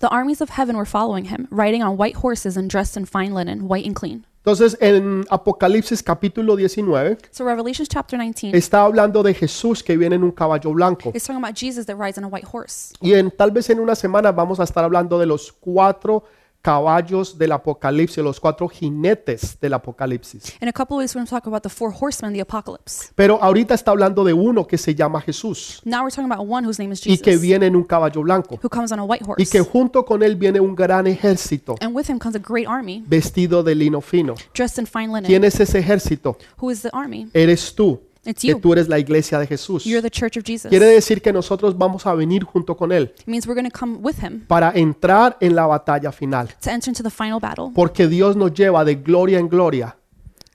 Speaker 2: The armies of heaven were following him, riding on white horses and dressed in fine linen, white and clean.
Speaker 1: Entonces en Apocalipsis capítulo 19
Speaker 2: So Revelations chapter 19 is
Speaker 1: está hablando de Jesús que viene en un caballo blanco.
Speaker 2: talking about Jesus that rides on a white horse.
Speaker 1: Y en, tal vez en una semana vamos a estar hablando de los cuatro caballos del Apocalipsis, los cuatro jinetes del Apocalipsis.
Speaker 2: In a couple of weeks, we're going to talk about the four horsemen of the apocalypse.
Speaker 1: Pero ahorita está hablando de uno que se llama Jesús
Speaker 2: Now we're talking about one whose name is
Speaker 1: y que
Speaker 2: Jesus,
Speaker 1: viene en un caballo blanco.
Speaker 2: who comes on a white
Speaker 1: Y
Speaker 2: horse.
Speaker 1: que junto con él viene un gran ejército
Speaker 2: And with him comes a great army,
Speaker 1: vestido de lino fino.
Speaker 2: dressed in fine linen.
Speaker 1: ¿Quién es ese ejército?
Speaker 2: Who is the army?
Speaker 1: Eres tú,
Speaker 2: It's
Speaker 1: que
Speaker 2: you.
Speaker 1: tú eres la iglesia de Jesús.
Speaker 2: You're the church of Jesus.
Speaker 1: Quiere
Speaker 2: It
Speaker 1: decir que nosotros vamos a venir junto con Él
Speaker 2: means we're going to come with him
Speaker 1: para entrar en la batalla final.
Speaker 2: to enter into the final battle.
Speaker 1: Porque Dios nos lleva de gloria en gloria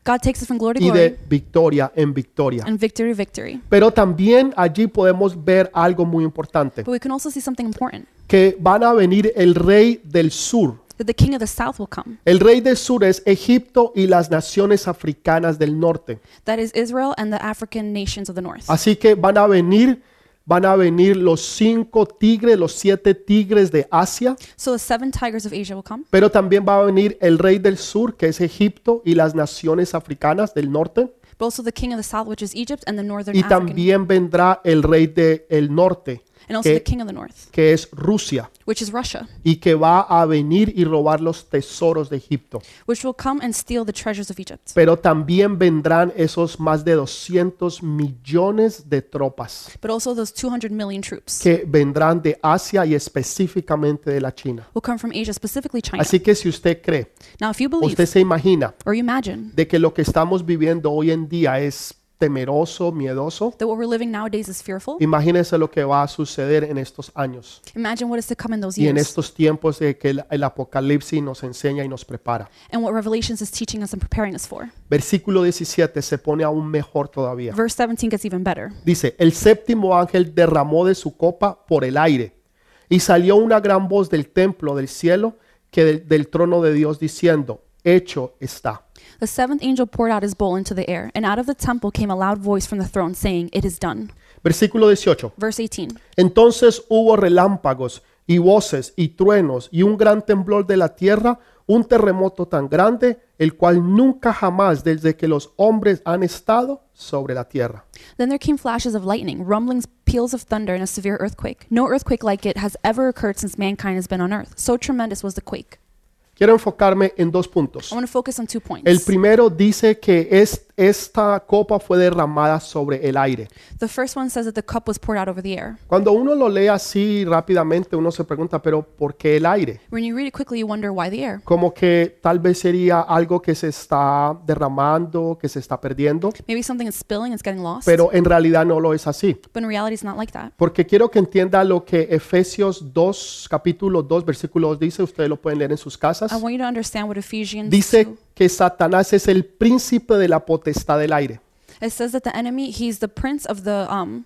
Speaker 2: God takes us from glory to
Speaker 1: y
Speaker 2: glory
Speaker 1: de victoria en victoria.
Speaker 2: and victory to victory.
Speaker 1: Pero también allí podemos ver algo muy importante,
Speaker 2: But we can also see something important
Speaker 1: que van a venir el rey del sur.
Speaker 2: that the king of the south will come.
Speaker 1: El rey del sur es Egipto y las naciones africanas del norte.
Speaker 2: That is Israel and the African nations of the north.
Speaker 1: Así que van a venir, van a venir los cinco tigres, los siete tigres de Asia,
Speaker 2: So the seven tigers of Asia will come,
Speaker 1: pero también va a venir el rey del sur, que es Egipto, y las naciones africanas del norte,
Speaker 2: but also the king of the south, which is Egypt and the northern
Speaker 1: y
Speaker 2: African,
Speaker 1: también vendrá el rey del norte,
Speaker 2: and also the
Speaker 1: que,
Speaker 2: king of the north,
Speaker 1: que es Rusia,
Speaker 2: which is Russia,
Speaker 1: y que va a venir y robar los tesoros de Egipto.
Speaker 2: which will come and steal the treasures of Egypt.
Speaker 1: Pero también vendrán esos más de 200 millones de tropas
Speaker 2: But also those 200 million troops
Speaker 1: que vendrán de Asia y específicamente de la China.
Speaker 2: will come from Asia, specifically China.
Speaker 1: Así que si usted cree
Speaker 2: Now, if you
Speaker 1: ¿Usted
Speaker 2: believe
Speaker 1: se imagina
Speaker 2: or you imagine
Speaker 1: de que lo que estamos viviendo hoy en día es temeroso, miedoso?
Speaker 2: that what we're living nowadays is fearful,
Speaker 1: Imagínese lo que va a suceder en estos años
Speaker 2: Imagine what is to come in those
Speaker 1: y en
Speaker 2: years
Speaker 1: estos tiempos de que el, el Apocalipsis nos enseña y nos prepara.
Speaker 2: and what Revelations is teaching us and preparing us for.
Speaker 1: Versículo 17 se pone aún mejor todavía.
Speaker 2: Verse 17 gets even better.
Speaker 1: Dice, el séptimo ángel derramó de su copa por el aire y salió una gran voz del templo del cielo que del, del trono de Dios diciendo, hecho está.
Speaker 2: The seventh angel poured out his bowl into the air, and out of the temple came a loud voice from the throne saying, It is done.
Speaker 1: Versículo 18.
Speaker 2: Verse 18.
Speaker 1: Entonces hubo relámpagos y voces y truenos y un gran temblor de la tierra, un terremoto tan grande, el cual nunca jamás desde que los hombres han estado sobre la tierra.
Speaker 2: Then there came flashes of lightning, rumblings, peals of thunder, and a severe earthquake. No earthquake like it has ever occurred since mankind has been on earth. So tremendous was the quake.
Speaker 1: Quiero enfocarme en dos puntos.
Speaker 2: I want to focus on two
Speaker 1: El
Speaker 2: points.
Speaker 1: primero dice que es- esta copa fue derramada sobre el aire.
Speaker 2: The first one says that the cup was poured out over the air.
Speaker 1: Cuando uno lo lee así rápidamente, uno se pregunta, pero ¿por qué el aire?
Speaker 2: When you read it quickly, you wonder why the air.
Speaker 1: Como que tal vez sería algo que se está derramando, que se está perdiendo,
Speaker 2: Maybe something is spilling, it's getting lost.
Speaker 1: pero en realidad no lo es así.
Speaker 2: but in reality, it's not like that.
Speaker 1: Porque quiero que entienda lo que Efesios 2, capítulo 2, versículo 2 dice. Ustedes lo pueden leer en sus casas.
Speaker 2: I want you to understand what Ephesians
Speaker 1: Dice
Speaker 2: 2
Speaker 1: que Satanás es el príncipe de la potestad del aire,
Speaker 2: It says that the enemy, he's the prince of the um,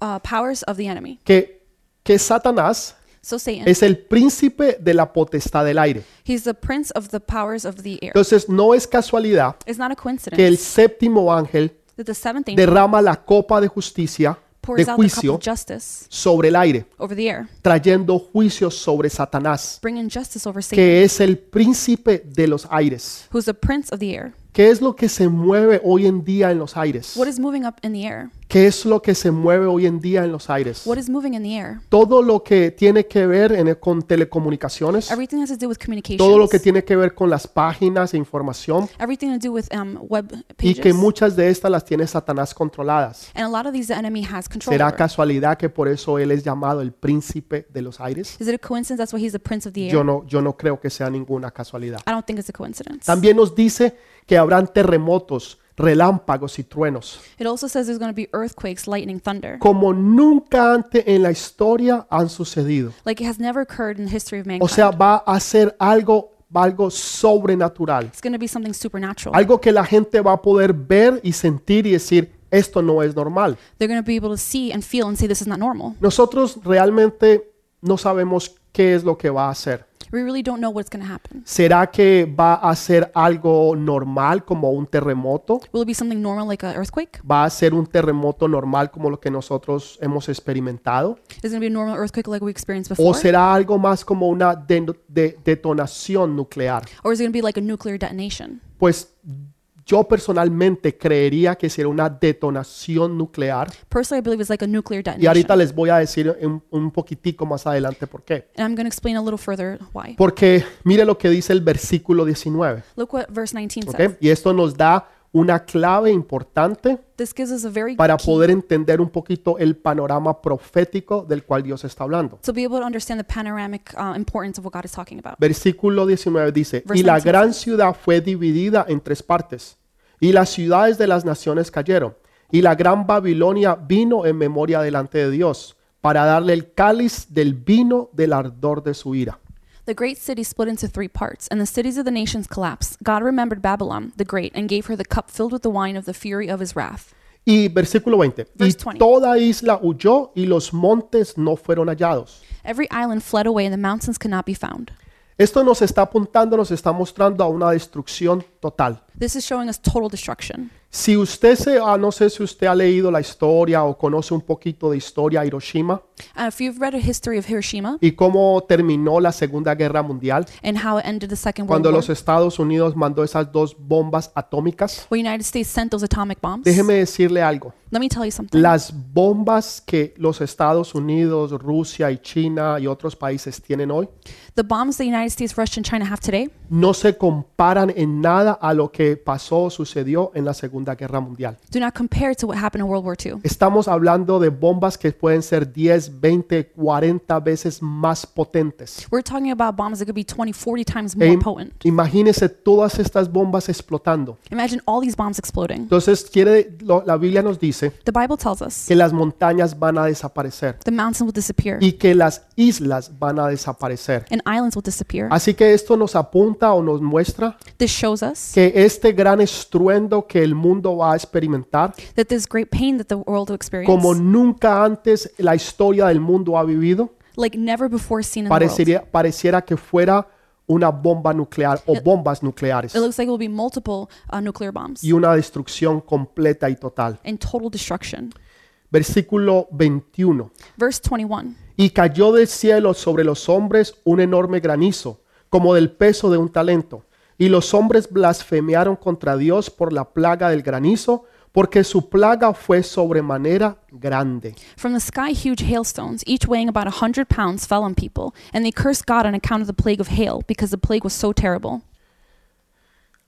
Speaker 2: uh, powers of the enemy.
Speaker 1: que, que Satanás
Speaker 2: So Satan,
Speaker 1: es el príncipe de la potestad del aire.
Speaker 2: he's the prince of the powers of the air.
Speaker 1: Entonces no es casualidad
Speaker 2: It's not
Speaker 1: que
Speaker 2: a
Speaker 1: el
Speaker 2: coincidence
Speaker 1: séptimo ángel
Speaker 2: that the seventh angel
Speaker 1: derrama la copa de justicia de
Speaker 2: pours out the cup
Speaker 1: juicio
Speaker 2: of justice
Speaker 1: sobre el aire,
Speaker 2: over the air,
Speaker 1: trayendo juicio sobre Satanás,
Speaker 2: bringing justice over Satan,
Speaker 1: que es el príncipe de los aires.
Speaker 2: who's the prince of the air.
Speaker 1: ¿Qué es lo que se mueve hoy en día en los aires?
Speaker 2: What is moving up in the air?
Speaker 1: ¿Qué es lo que se mueve hoy en día en los aires?
Speaker 2: What is moving in the air?
Speaker 1: Todo lo que tiene que ver en- con telecomunicaciones,
Speaker 2: Everything has to do with communication.
Speaker 1: todo lo que tiene que ver con las páginas e información,
Speaker 2: Everything to do with um, web
Speaker 1: y
Speaker 2: pages.
Speaker 1: que muchas de estas las tiene Satanás controladas.
Speaker 2: and a lot of these the enemy has control
Speaker 1: ¿Será
Speaker 2: over.
Speaker 1: casualidad que por eso él es llamado el príncipe de los aires?
Speaker 2: Is it a coincidence that's why he's the prince of the air?
Speaker 1: Yo no, yo no creo que sea ninguna casualidad.
Speaker 2: I don't think it's a coincidence.
Speaker 1: También nos dice que habrán terremotos, relámpagos y truenos,
Speaker 2: It also says there's going to be earthquakes, lightning, thunder.
Speaker 1: como nunca antes en la historia han sucedido.
Speaker 2: Like it has never occurred in the history of
Speaker 1: O
Speaker 2: mankind.
Speaker 1: sea, va a ser algo, algo sobrenatural,
Speaker 2: it's going to be something supernatural.
Speaker 1: algo que la gente va a poder ver y sentir y decir, esto no es normal.
Speaker 2: They're going to be able to see and feel and say this is not normal.
Speaker 1: Nosotros realmente no sabemos qué es lo que va a hacer.
Speaker 2: We really don't know what's going to happen.
Speaker 1: ¿Será que va a ser algo normal como un terremoto?
Speaker 2: Will it be something normal like an earthquake?
Speaker 1: ¿Va a ser un terremoto normal como lo que nosotros hemos experimentado?
Speaker 2: Is it going to be a normal earthquake like we experienced before?
Speaker 1: ¿O será algo más como una de- de- detonación nuclear?
Speaker 2: or is it going to be like a nuclear detonation?
Speaker 1: Pues yo personalmente creería que será una detonación nuclear.
Speaker 2: Personally, I believe it's like a nuclear
Speaker 1: Y
Speaker 2: detonation.
Speaker 1: ahorita les voy a decir un, un poquitico más adelante por qué.
Speaker 2: and I'm going to explain a little further why.
Speaker 1: Porque mire lo que dice el versículo 19.
Speaker 2: Look what verse 19
Speaker 1: ¿ok?
Speaker 2: says.
Speaker 1: Y esto nos da una clave importante
Speaker 2: This gives us a very
Speaker 1: para
Speaker 2: key-
Speaker 1: poder entender un poquito el panorama profético del cual Dios está hablando.
Speaker 2: to be able to understand the panoramic uh, importance of what God is talking about.
Speaker 1: Versículo 19 dice,
Speaker 2: Verse
Speaker 1: y la
Speaker 2: 19
Speaker 1: gran ciudad fue dividida en tres partes, y las ciudades de las naciones cayeron, y la gran Babilonia vino en memoria delante de Dios, para darle el cáliz del vino del ardor de su ira.
Speaker 2: The great city split into three parts, and the cities of the nations collapsed. God remembered Babylon the great and gave her the cup filled with the wine of the fury of his wrath.
Speaker 1: Y versículo 20, y
Speaker 2: Verse 20.
Speaker 1: toda isla huyó y los montes no fueron hallados.
Speaker 2: Every island fled away, and the mountains could not be found.
Speaker 1: Esto nos está apuntando, nos está mostrando a una destrucción total.
Speaker 2: This is showing us total destruction.
Speaker 1: Si usted se, ah, no sé si usted ha leído la historia o conoce un poquito de historia de Hiroshima
Speaker 2: Uh, if you've read a history of Hiroshima
Speaker 1: y cómo terminó la Segunda Guerra Mundial,
Speaker 2: and how it ended the Second World
Speaker 1: cuando
Speaker 2: War,
Speaker 1: los e- Estados Unidos mandó esas dos bombas atómicas,
Speaker 2: when the United States sent those atomic bombs,
Speaker 1: déjeme decirle algo.
Speaker 2: let me tell you something.
Speaker 1: Las bombas que los Estados Unidos, Rusia y China y otros países tienen hoy
Speaker 2: the bombs the United States, Russia, and China have today
Speaker 1: no se comparan en nada a lo que pasó o sucedió en la Segunda Guerra Mundial.
Speaker 2: do not compare to what happened in World War II.
Speaker 1: Estamos hablando de bombas que pueden ser 10, 20, 40 veces más potentes.
Speaker 2: We're talking about bombs that could be 20, 40 times more
Speaker 1: E im-
Speaker 2: potent.
Speaker 1: imagínese todas estas bombas explotando.
Speaker 2: Imagine all these bombs exploding.
Speaker 1: Entonces quiere, lo- la Biblia nos dice
Speaker 2: The Bible tells us
Speaker 1: que las montañas van a desaparecer
Speaker 2: the mountains will disappear
Speaker 1: y que las islas van a desaparecer.
Speaker 2: and islands will disappear.
Speaker 1: Así que esto nos apunta o nos muestra
Speaker 2: This shows us
Speaker 1: que este gran estruendo que el mundo va a experimentar,
Speaker 2: that this great pain that the world will experience,
Speaker 1: como nunca antes la historia del mundo ha vivido,
Speaker 2: like never before seen in the world, it
Speaker 1: parecería, pareciera que fuera una bomba nuclear o bombas nucleares
Speaker 2: looks like it will be multiple uh, nuclear bombs
Speaker 1: y una destrucción completa y total.
Speaker 2: and total destruction.
Speaker 1: Versículo 21.
Speaker 2: Verse 21
Speaker 1: Y cayó del cielo sobre los hombres un enorme granizo, como del peso de un talento. Y los hombres blasfemearon contra Dios por la plaga del granizo, porque su plaga fue sobremanera grande.
Speaker 2: From the sky, huge hailstones, each weighing about a 100 pounds, fell on people, and they cursed God on account of the plague of hail, because the plague was so terrible.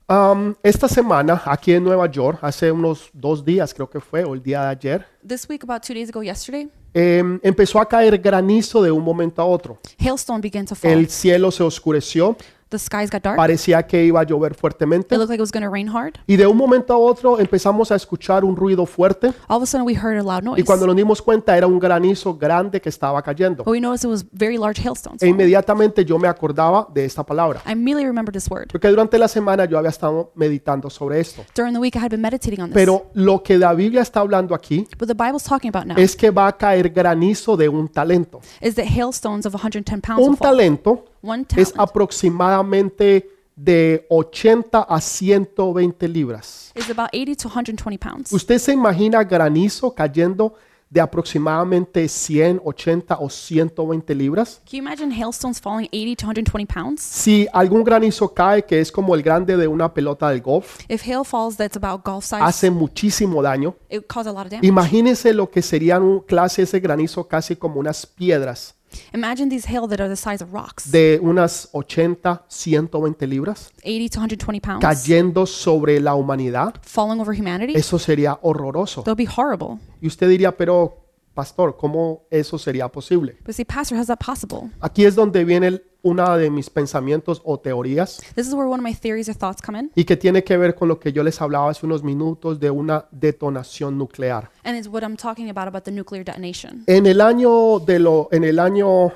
Speaker 1: Am, esta semana, aquí en Nueva York, hace unos dos días creo que fue, o el día de ayer,
Speaker 2: This week, about two days ago, yesterday,
Speaker 1: em, empezó a caer granizo de un momento a otro.
Speaker 2: Oh. hailstone began to fall.
Speaker 1: El cielo se oscureció,
Speaker 2: the skies got dark.
Speaker 1: parecía que iba a llover
Speaker 2: It
Speaker 1: fuertemente.
Speaker 2: looked like it was going to rain hard.
Speaker 1: Y de un momento a otro empezamos a escuchar un ruido fuerte.
Speaker 2: All of a sudden, we heard a loud
Speaker 1: Y
Speaker 2: noise.
Speaker 1: cuando nos dimos cuenta era un granizo grande que estaba cayendo.
Speaker 2: But we noticed it was very large hailstones.
Speaker 1: E inmediatamente yo me acordaba de esta palabra.
Speaker 2: I immediately remembered this word.
Speaker 1: Porque durante la semana yo había estado meditando sobre esto.
Speaker 2: During the week, I had been meditating on this.
Speaker 1: Pero lo que la Biblia está hablando aquí
Speaker 2: what the Bible's talking about now
Speaker 1: es que va a caer granizo de un talento.
Speaker 2: is that hailstones of 110 pounds will
Speaker 1: Un
Speaker 2: fall.
Speaker 1: talento
Speaker 2: One
Speaker 1: es
Speaker 2: talent
Speaker 1: aproximadamente de 80 a 120 libras.
Speaker 2: is about 80 to 120 pounds.
Speaker 1: ¿Usted se imagina granizo cayendo de aproximadamente 100, 80 o 120 libras.
Speaker 2: Can you imagine hailstones falling 80 to 120 pounds?
Speaker 1: Si algún granizo cae, que es como el grande de una pelota del golf,
Speaker 2: If hail falls that's about golf size,
Speaker 1: hace muchísimo daño.
Speaker 2: it would cause a lot of damage.
Speaker 1: Imagínense lo que serían un clase ese granizo casi como unas piedras
Speaker 2: Imagine these hail that are the size of rocks,
Speaker 1: de unas 80, 120 libras
Speaker 2: 80 to 120 pounds,
Speaker 1: cayendo sobre la humanidad.
Speaker 2: falling over humanity.
Speaker 1: Eso sería horroroso.
Speaker 2: They'll be horrible.
Speaker 1: Y usted diría, pero pastor, ¿cómo eso sería posible?
Speaker 2: But see, Pastor, how's that possible?
Speaker 1: Aquí es donde viene el- una de mis pensamientos o teorías
Speaker 2: This is where one of my theories or thoughts come in,
Speaker 1: y que tiene que ver con lo que yo les hablaba hace unos minutos de una detonación nuclear.
Speaker 2: and it's what I'm talking about about the nuclear detonation.
Speaker 1: En el año de lo en el año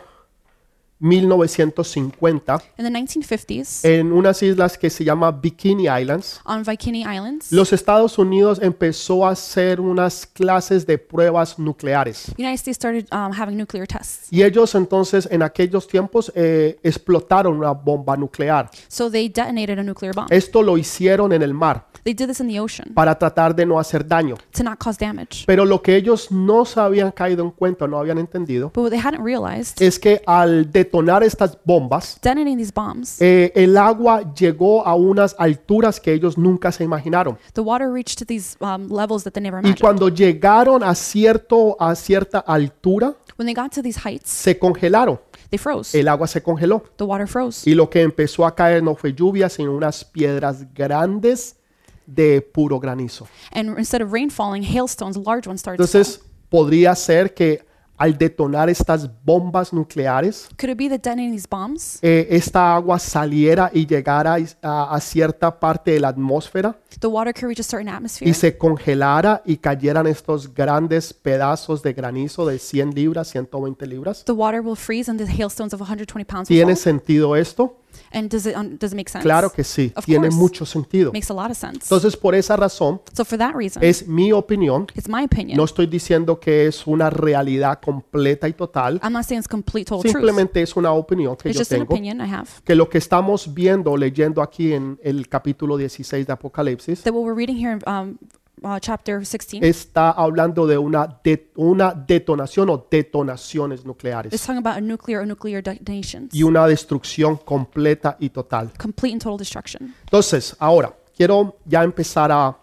Speaker 1: 1950
Speaker 2: In the 1950s,
Speaker 1: en unas islas que se llama Bikini Islands,
Speaker 2: on Vikini Islands,
Speaker 1: los Estados Unidos empezó a hacer unas clases de pruebas nucleares.
Speaker 2: United States started um, having nuclear tests.
Speaker 1: Y ellos entonces en aquellos tiempos eh, explotaron una bomba nuclear.
Speaker 2: So they detonated a nuclear bomb.
Speaker 1: Esto lo hicieron en el mar
Speaker 2: They did this in the ocean
Speaker 1: para tratar de no hacer daño.
Speaker 2: to not cause damage.
Speaker 1: Pero lo que ellos no se habían caído en cuenta, no habían entendido,
Speaker 2: But what they hadn't realized,
Speaker 1: es que al detonar estas bombas,
Speaker 2: detonating these bombs,
Speaker 1: eh, el agua llegó a unas alturas que ellos nunca se imaginaron.
Speaker 2: the water reached to these um, levels that they never
Speaker 1: Y
Speaker 2: imagined.
Speaker 1: cuando llegaron a, cierto, a cierta altura,
Speaker 2: When they got to these heights,
Speaker 1: se congelaron.
Speaker 2: they froze.
Speaker 1: El agua se congeló.
Speaker 2: The water froze.
Speaker 1: Y lo que empezó a caer no fue lluvia, sino unas piedras grandes de puro granizo.
Speaker 2: And instead of rain falling, hailstones, large ones, started to fall.
Speaker 1: Entonces, podría ser que al detonar estas bombas nucleares,
Speaker 2: Could it be that detonating these bombs,
Speaker 1: eh, esta agua saliera y llegara a- a, a cierta parte de la atmósfera
Speaker 2: the water could reach a certain atmosphere
Speaker 1: y se congelara y cayeran estos grandes pedazos de granizo de 100 libras, 120 libras.
Speaker 2: the water will freeze and the hailstones of 120 pounds will
Speaker 1: ¿Tiene
Speaker 2: fall?
Speaker 1: sentido esto?
Speaker 2: And does it, um, does it make sense?
Speaker 1: Claro que sí,
Speaker 2: Of
Speaker 1: tiene
Speaker 2: course.
Speaker 1: mucho sentido.
Speaker 2: Makes a lot of sense.
Speaker 1: Entonces, por esa razón,
Speaker 2: So for that reason,
Speaker 1: es mi opinión.
Speaker 2: it's my opinion.
Speaker 1: No estoy diciendo que es una realidad completa y total.
Speaker 2: I'm not saying it's complete Ah, total truth.
Speaker 1: Simplemente es una opinión que
Speaker 2: It's
Speaker 1: yo
Speaker 2: just an
Speaker 1: tengo.
Speaker 2: opinion I have.
Speaker 1: Que lo que estamos viendo, leyendo aquí en el capítulo 16 de Apocalipsis,
Speaker 2: That what we're reading here in um, uh, chapter 16
Speaker 1: está hablando de una, de- una detonación o detonaciones
Speaker 2: is
Speaker 1: nucleares
Speaker 2: talking about a nuclear or nuclear detonations.
Speaker 1: y una destrucción completa y total.
Speaker 2: complete and total destruction.
Speaker 1: Entonces, ahora quiero ya empezar a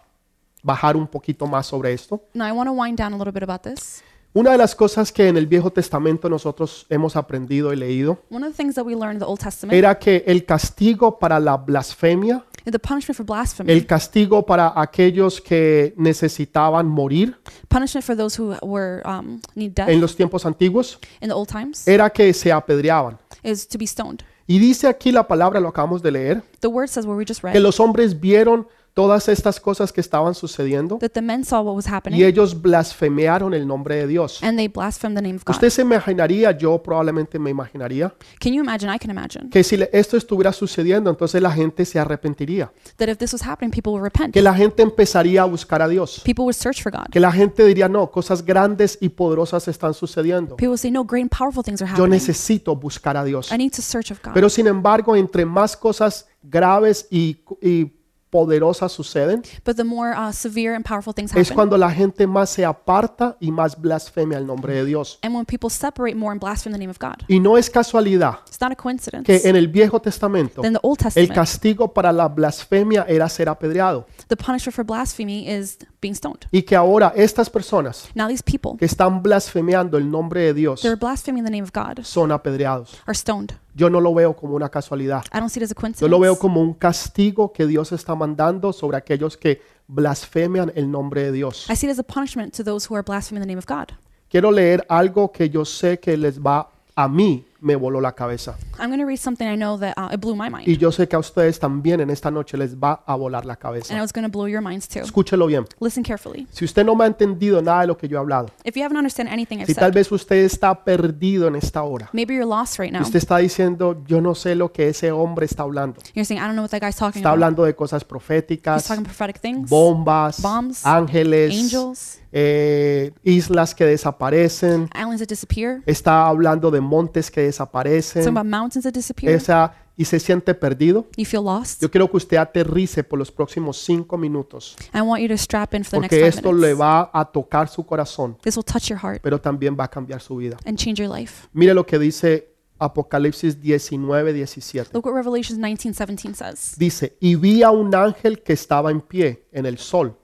Speaker 1: bajar un poquito más sobre esto.
Speaker 2: Now I want to wind down a little bit about this.
Speaker 1: Una de las cosas que en el Viejo Testamento nosotros hemos aprendido y leído
Speaker 2: One of the things that we learned in the Old Testament
Speaker 1: era que el castigo para la blasfemia,
Speaker 2: is the punishment for blasphemy,
Speaker 1: el castigo para aquellos que necesitaban morir
Speaker 2: punishment for those who were um, need death
Speaker 1: en los tiempos antiguos,
Speaker 2: in the old times,
Speaker 1: era que se apedreaban.
Speaker 2: is to be stoned.
Speaker 1: Y dice aquí la palabra, lo acabamos de leer,
Speaker 2: The word says what we just
Speaker 1: que
Speaker 2: read
Speaker 1: los hombres vieron todas estas cosas que estaban sucediendo
Speaker 2: that the men saw what was happening
Speaker 1: y ellos blasfemearon el nombre de Dios.
Speaker 2: and they blasphemed the name of God.
Speaker 1: Usted se imaginaría, yo probablemente me imaginaría,
Speaker 2: Can you imagine? I can imagine
Speaker 1: que si le- esto estuviera sucediendo, entonces la gente se arrepentiría,
Speaker 2: that if this was happening, people would repent.
Speaker 1: que la gente empezaría a buscar a Dios,
Speaker 2: People would search for God.
Speaker 1: que la gente diría, no, cosas grandes y poderosas están sucediendo,
Speaker 2: People would say, No, great and powerful things are
Speaker 1: yo
Speaker 2: happening.
Speaker 1: necesito buscar a Dios.
Speaker 2: I need to search of God.
Speaker 1: Pero sin embargo, entre más cosas graves y, y poderosas suceden,
Speaker 2: but the more uh, severe and powerful things
Speaker 1: es
Speaker 2: happen.
Speaker 1: cuando la gente más se aparta y más blasfemia el nombre de Dios.
Speaker 2: and when people separate more and blaspheme the name of God.
Speaker 1: Y no es casualidad
Speaker 2: It's not a coincidence.
Speaker 1: que en el Viejo Testamento
Speaker 2: then the Old
Speaker 1: el
Speaker 2: Testament,
Speaker 1: castigo para la blasfemia era ser apedreado
Speaker 2: the punishment for blasphemy is being stoned.
Speaker 1: y que ahora estas personas
Speaker 2: Now these people,
Speaker 1: que están blasfemeando el nombre de Dios
Speaker 2: they're blaspheming the name of God,
Speaker 1: son apedreados.
Speaker 2: are stoned.
Speaker 1: Yo no lo veo como una casualidad.
Speaker 2: I don't see it as a
Speaker 1: Yo
Speaker 2: coincidence.
Speaker 1: lo veo como un castigo que Dios está mandando sobre aquellos que blasfemian el nombre de Dios.
Speaker 2: I see it as a punishment to those who are blaspheming the name of God.
Speaker 1: Quiero leer algo que yo sé que les va a mí me voló la cabeza.
Speaker 2: I'm going to read something I know that uh, it blew my mind,
Speaker 1: Y yo sé que a ustedes también en esta noche les va a volar la
Speaker 2: and I
Speaker 1: cabeza.
Speaker 2: was going to blow your minds too.
Speaker 1: Escúchelo bien.
Speaker 2: Listen carefully.
Speaker 1: Si usted no me ha entendido nada de lo que yo he hablado,
Speaker 2: If you haven't understood anything I've
Speaker 1: si tal
Speaker 2: said,
Speaker 1: vez usted está perdido en esta hora,
Speaker 2: maybe you're lost right now.
Speaker 1: usted está diciendo, yo no sé lo que ese hombre está hablando.
Speaker 2: You're saying, I don't know what that guy's talking
Speaker 1: Está
Speaker 2: about.
Speaker 1: hablando de cosas
Speaker 2: He's
Speaker 1: proféticas,
Speaker 2: talking prophetic things,
Speaker 1: bombas,
Speaker 2: Bombs.
Speaker 1: ángeles,
Speaker 2: angels,
Speaker 1: eh, islas que desaparecen,
Speaker 2: islands that disappear,
Speaker 1: está hablando de montes que
Speaker 2: talking
Speaker 1: desaparecen,
Speaker 2: about mountains that disappear.
Speaker 1: esa y se siente perdido,
Speaker 2: You feel lost?
Speaker 1: yo quiero que usted aterrice por los próximos cinco minutos,
Speaker 2: I want you to strap in for the next
Speaker 1: porque
Speaker 2: five
Speaker 1: esto le
Speaker 2: minutes.
Speaker 1: va a tocar su corazón,
Speaker 2: This will touch your heart
Speaker 1: pero también va a cambiar su vida.
Speaker 2: and change your life.
Speaker 1: Mire lo que dice Apocalipsis 19, 17.
Speaker 2: Look what Revelation 19:17 says.
Speaker 1: Dice, y vi a un ángel que estaba en pie en el sol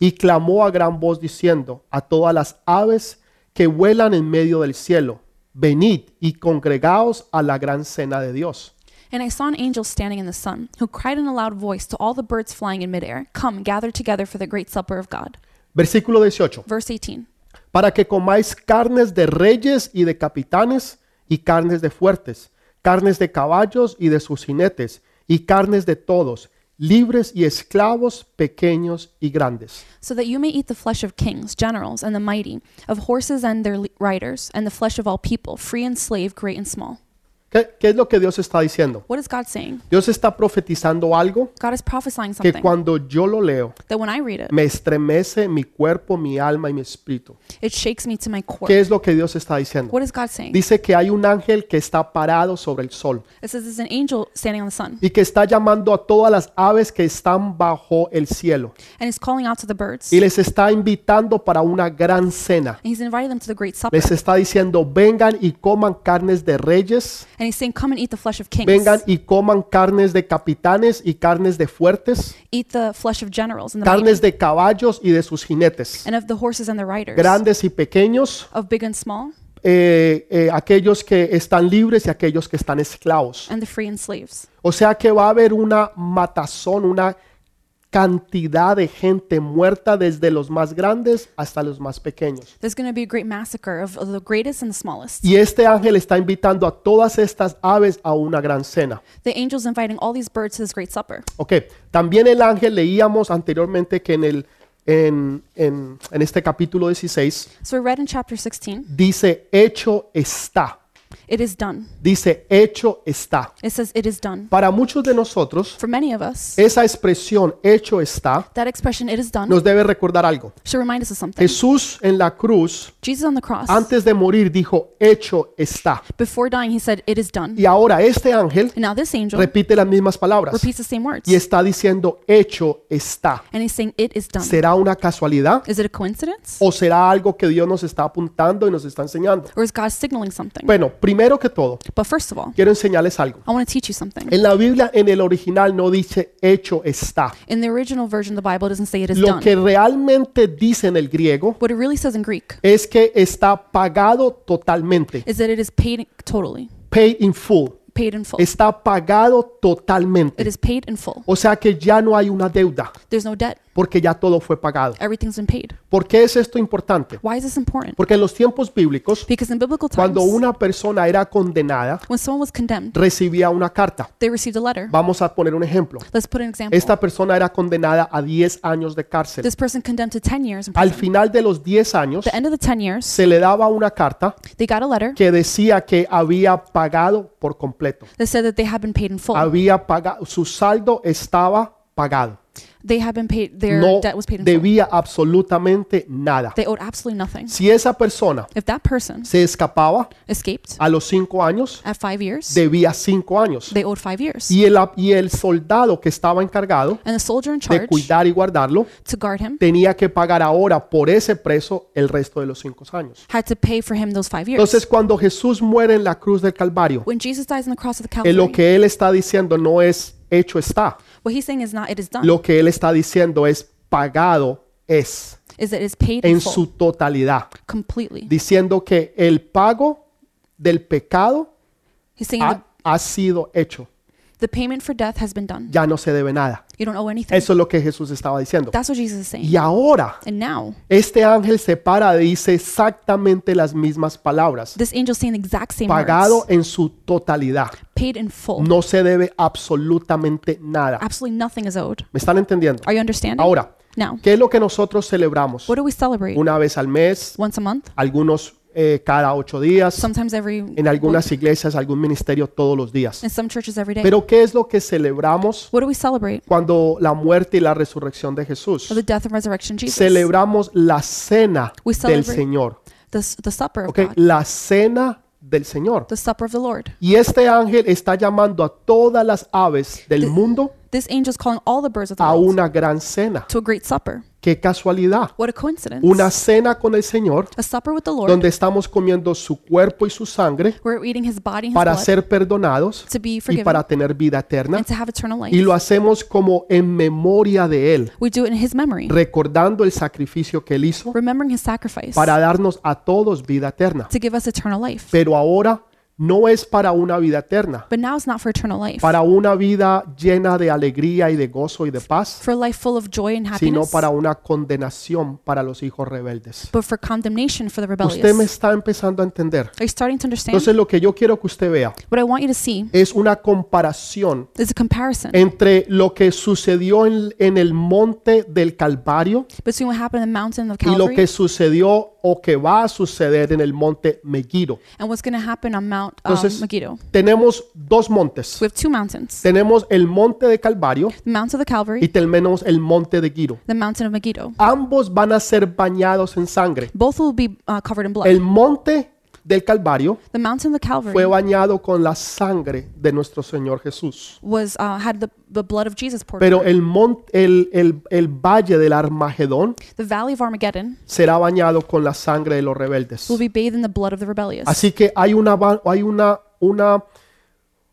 Speaker 1: y clamó a gran voz diciendo a todas las aves que vuelan en medio del cielo, venid y congregaos a la gran cena de Dios.
Speaker 2: And I saw an angel standing in the sun, who cried in a loud voice to all the birds flying in midair, Come, gather together for the great supper of God.
Speaker 1: Versículo 18,
Speaker 2: Verse 18.
Speaker 1: para que comáis carnes de reyes y de capitanes y carnes de fuertes, carnes de caballos y de sus jinetes y carnes de todos, libres y esclavos, pequeños y grandes.
Speaker 2: So that you may eat the flesh of kings, generals, and the mighty, of horses and their le- riders, and the flesh of all people, free and slave, great and small.
Speaker 1: ¿Qué, qué es lo que Dios está diciendo?
Speaker 2: What is God saying?
Speaker 1: Dios está profetizando algo
Speaker 2: God is prophesying
Speaker 1: que
Speaker 2: something
Speaker 1: cuando yo lo leo
Speaker 2: that when I read it,
Speaker 1: me estremece mi cuerpo, mi alma y mi espíritu.
Speaker 2: it shakes me to my core.
Speaker 1: ¿Qué es lo que Dios está diciendo?
Speaker 2: What is God saying?
Speaker 1: Dice que hay un ángel que está parado sobre el sol
Speaker 2: It says there's an angel standing on the sun,
Speaker 1: y que está llamando a todas las aves que están bajo el cielo
Speaker 2: and he's calling out to the birds,
Speaker 1: y
Speaker 2: and
Speaker 1: les está invitando para una gran cena.
Speaker 2: he's inviting them to the great supper,
Speaker 1: Les está diciendo, vengan y coman carnes de reyes,
Speaker 2: and he's saying, "Come and eat the flesh of kings,
Speaker 1: vengan y coman carnes de capitanes y carnes de fuertes,
Speaker 2: eat the flesh of generals and the mighty,
Speaker 1: carnes de caballos y de sus jinetes,
Speaker 2: and of the horses and the riders,
Speaker 1: grandes y pequeños,
Speaker 2: of big and small,
Speaker 1: eh, eh, aquellos que están libres y aquellos que están esclavos.
Speaker 2: and the free and slaves."
Speaker 1: O sea que va a haber una matazón, una cantidad de gente muerta desde los más grandes hasta los más pequeños.
Speaker 2: There's going to be a great massacre of, of the greatest and the smallest.
Speaker 1: Y este ángel está invitando a todas estas aves a una gran cena.
Speaker 2: The angels inviting all these birds to this great supper.
Speaker 1: Ok, también el ángel leíamos anteriormente que en, el, en, en- en este capítulo 16
Speaker 2: So we read in chapter 16,
Speaker 1: dice, hecho está.
Speaker 2: "It is done."
Speaker 1: Dice, hecho está.
Speaker 2: It says, "It is done."
Speaker 1: Para muchos de nosotros,
Speaker 2: For many of us,
Speaker 1: esa expresión, hecho está,
Speaker 2: that expression "It is done"
Speaker 1: nos debe recordar algo.
Speaker 2: should remind us of something.
Speaker 1: Jesús en la cruz,
Speaker 2: Jesus on the cross,
Speaker 1: antes de morir, dijo, hecho está.
Speaker 2: before dying, he said, "It is done."
Speaker 1: Y ahora este ángel
Speaker 2: And now this angel
Speaker 1: repite las mismas palabras
Speaker 2: repeats the same words.
Speaker 1: y está diciendo, hecho está.
Speaker 2: And he's saying, It is done.
Speaker 1: ¿Será una casualidad
Speaker 2: Is it a coincidence?
Speaker 1: o será algo que Dios nos está apuntando y nos está enseñando?
Speaker 2: Or is God signaling something?
Speaker 1: Bueno, primero que todo,
Speaker 2: But first of all,
Speaker 1: quiero enseñarles algo.
Speaker 2: I want to teach you something.
Speaker 1: En la Biblia, en el original, no dice hecho está.
Speaker 2: In the original version of the Bible, it doesn't say it is
Speaker 1: Lo que
Speaker 2: done.
Speaker 1: realmente dice en el griego
Speaker 2: What it really says in Greek
Speaker 1: es que está pagado totalmente.
Speaker 2: is that it is paid totally,
Speaker 1: Paid in full.
Speaker 2: paid in full.
Speaker 1: Está pagado
Speaker 2: It
Speaker 1: totalmente.
Speaker 2: is paid in full.
Speaker 1: O sea que ya no hay una deuda
Speaker 2: There's no debt.
Speaker 1: porque ya todo fue pagado.
Speaker 2: Everything's been paid.
Speaker 1: ¿Por qué es esto importante?
Speaker 2: Why is this important?
Speaker 1: Porque en los tiempos bíblicos,
Speaker 2: Because in biblical times,
Speaker 1: cuando una persona era condenada,
Speaker 2: when someone was condemned,
Speaker 1: recibía una carta.
Speaker 2: they received a letter.
Speaker 1: Vamos a poner un ejemplo.
Speaker 2: Let's put an example.
Speaker 1: Esta persona era condenada a 10 años de cárcel.
Speaker 2: This person condemned to 10 years in
Speaker 1: Al
Speaker 2: prison.
Speaker 1: final de los 10 años,
Speaker 2: The end of the 10 years,
Speaker 1: se le daba una carta
Speaker 2: they got a letter
Speaker 1: que decía que había pagado por completo.
Speaker 2: that said that they had been paid in full.
Speaker 1: Había pagado, su saldo estaba pagado.
Speaker 2: They had been paid, their
Speaker 1: No
Speaker 2: debt was paid in full.
Speaker 1: debía absolutamente nada.
Speaker 2: They owed absolutely nothing.
Speaker 1: Si esa persona
Speaker 2: If that person
Speaker 1: se escapaba
Speaker 2: escaped
Speaker 1: a los 5 años,
Speaker 2: at five years,
Speaker 1: debía 5 años.
Speaker 2: they owed five years.
Speaker 1: Y el, y el soldado que estaba encargado
Speaker 2: And the soldier in
Speaker 1: de
Speaker 2: charge
Speaker 1: cuidar y guardarlo
Speaker 2: to guard him
Speaker 1: tenía que pagar ahora por ese preso el resto de los 5 años.
Speaker 2: had to pay for him those five years.
Speaker 1: Entonces cuando Jesús muere en la cruz del Calvario,
Speaker 2: When Jesus dies on the cross of the
Speaker 1: eh, lo
Speaker 2: Calvary,
Speaker 1: que él está diciendo no es hecho está.
Speaker 2: what he's saying is not it is done,
Speaker 1: Lo que él está diciendo es pagado es
Speaker 2: is that it's paid in
Speaker 1: en
Speaker 2: full,
Speaker 1: su totalidad.
Speaker 2: completely.
Speaker 1: Diciendo que el pago del pecado
Speaker 2: He's saying the,
Speaker 1: ha, ha sido hecho.
Speaker 2: the payment for death has been done.
Speaker 1: Ya no se debe nada.
Speaker 2: You don't owe anything.
Speaker 1: Eso es lo que Jesús estaba diciendo.
Speaker 2: That's what Jesus is saying.
Speaker 1: Y ahora
Speaker 2: And now,
Speaker 1: Este ángel se para y dice exactamente las mismas palabras.
Speaker 2: this angel's saying the exact same
Speaker 1: Pagado
Speaker 2: words.
Speaker 1: en su totalidad.
Speaker 2: Paid in full.
Speaker 1: No se debe absolutamente nada.
Speaker 2: Absolutely nothing is owed.
Speaker 1: ¿Me están entendiendo?
Speaker 2: Are you understanding?
Speaker 1: Ahora,
Speaker 2: Now,
Speaker 1: ¿qué es lo que nosotros celebramos?
Speaker 2: what do we celebrate?
Speaker 1: Una vez al mes,
Speaker 2: Once a month?
Speaker 1: algunos eh, cada ocho días,
Speaker 2: Sometimes every
Speaker 1: en algunas iglesias, algún ministerio todos los días.
Speaker 2: in some churches every day.
Speaker 1: Pero ¿qué es lo que celebramos
Speaker 2: What do we celebrate?
Speaker 1: cuando la muerte y la resurrección de Jesús?
Speaker 2: of the death and resurrection of Jesus.
Speaker 1: Celebramos la cena
Speaker 2: We
Speaker 1: del
Speaker 2: celebrate
Speaker 1: Señor.
Speaker 2: The, the supper of
Speaker 1: Okay,
Speaker 2: God.
Speaker 1: la cena del Señor.
Speaker 2: the supper of the Lord.
Speaker 1: Y este ángel está llamando a todas las aves del mundo
Speaker 2: This angel is calling all the birds of the
Speaker 1: a
Speaker 2: world
Speaker 1: una gran cena.
Speaker 2: to a great supper.
Speaker 1: Qué casualidad.
Speaker 2: What a coincidence.
Speaker 1: Una cena con el Señor
Speaker 2: a supper with the Lord
Speaker 1: donde estamos comiendo su cuerpo y su sangre
Speaker 2: where we're eating his body and his
Speaker 1: para
Speaker 2: blood
Speaker 1: ser perdonados
Speaker 2: to be
Speaker 1: y
Speaker 2: forgiven
Speaker 1: para tener vida eterna.
Speaker 2: and to have eternal life.
Speaker 1: Y lo hacemos como en memoria de Él,
Speaker 2: we do it in his memory,
Speaker 1: recordando el sacrificio que Él hizo
Speaker 2: remembering his sacrifice
Speaker 1: para darnos a todos vida eterna.
Speaker 2: to give us eternal life.
Speaker 1: Pero ahora no es para una vida eterna,
Speaker 2: but now it's not for eternal life,
Speaker 1: para una vida llena de alegría y de gozo y de paz,
Speaker 2: for a life full of joy and
Speaker 1: sino
Speaker 2: happiness,
Speaker 1: para una condenación para los hijos rebeldes.
Speaker 2: but for condemnation for the rebellious.
Speaker 1: Usted me está empezando a entender.
Speaker 2: Are you starting to understand?
Speaker 1: Entonces lo que yo quiero que usted vea
Speaker 2: what I want you to see
Speaker 1: es una comparación
Speaker 2: is a comparison
Speaker 1: entre lo que sucedió en, en el monte del Calvario
Speaker 2: between what happened in the mountain of
Speaker 1: y lo
Speaker 2: Calvary
Speaker 1: que sucedió o que va a suceder en el monte Megiddo.
Speaker 2: and what's going to happen on Mount um,
Speaker 1: Entonces-
Speaker 2: Megiddo.
Speaker 1: Tenemos dos montes.
Speaker 2: We have two mountains,
Speaker 1: Tenemos el monte de Calvario
Speaker 2: the mountain of Calvary,
Speaker 1: y tenemos el monte de Guiro.
Speaker 2: the mountain of Megiddo.
Speaker 1: Ambos van a ser bañados en sangre.
Speaker 2: Both will be uh, covered in blood.
Speaker 1: El monte del Calvario
Speaker 2: the mountain of Calvary
Speaker 1: fue bañado con la sangre de nuestro Señor Jesús.
Speaker 2: was uh, had the, the blood of Jesus poured.
Speaker 1: Pero el, mon- el, el- el valle del Armagedón
Speaker 2: the valley of Armageddon
Speaker 1: será bañado con la sangre de los rebeldes.
Speaker 2: will be bathed in the blood of the rebellious.
Speaker 1: Así que hay una, va- hay una, una,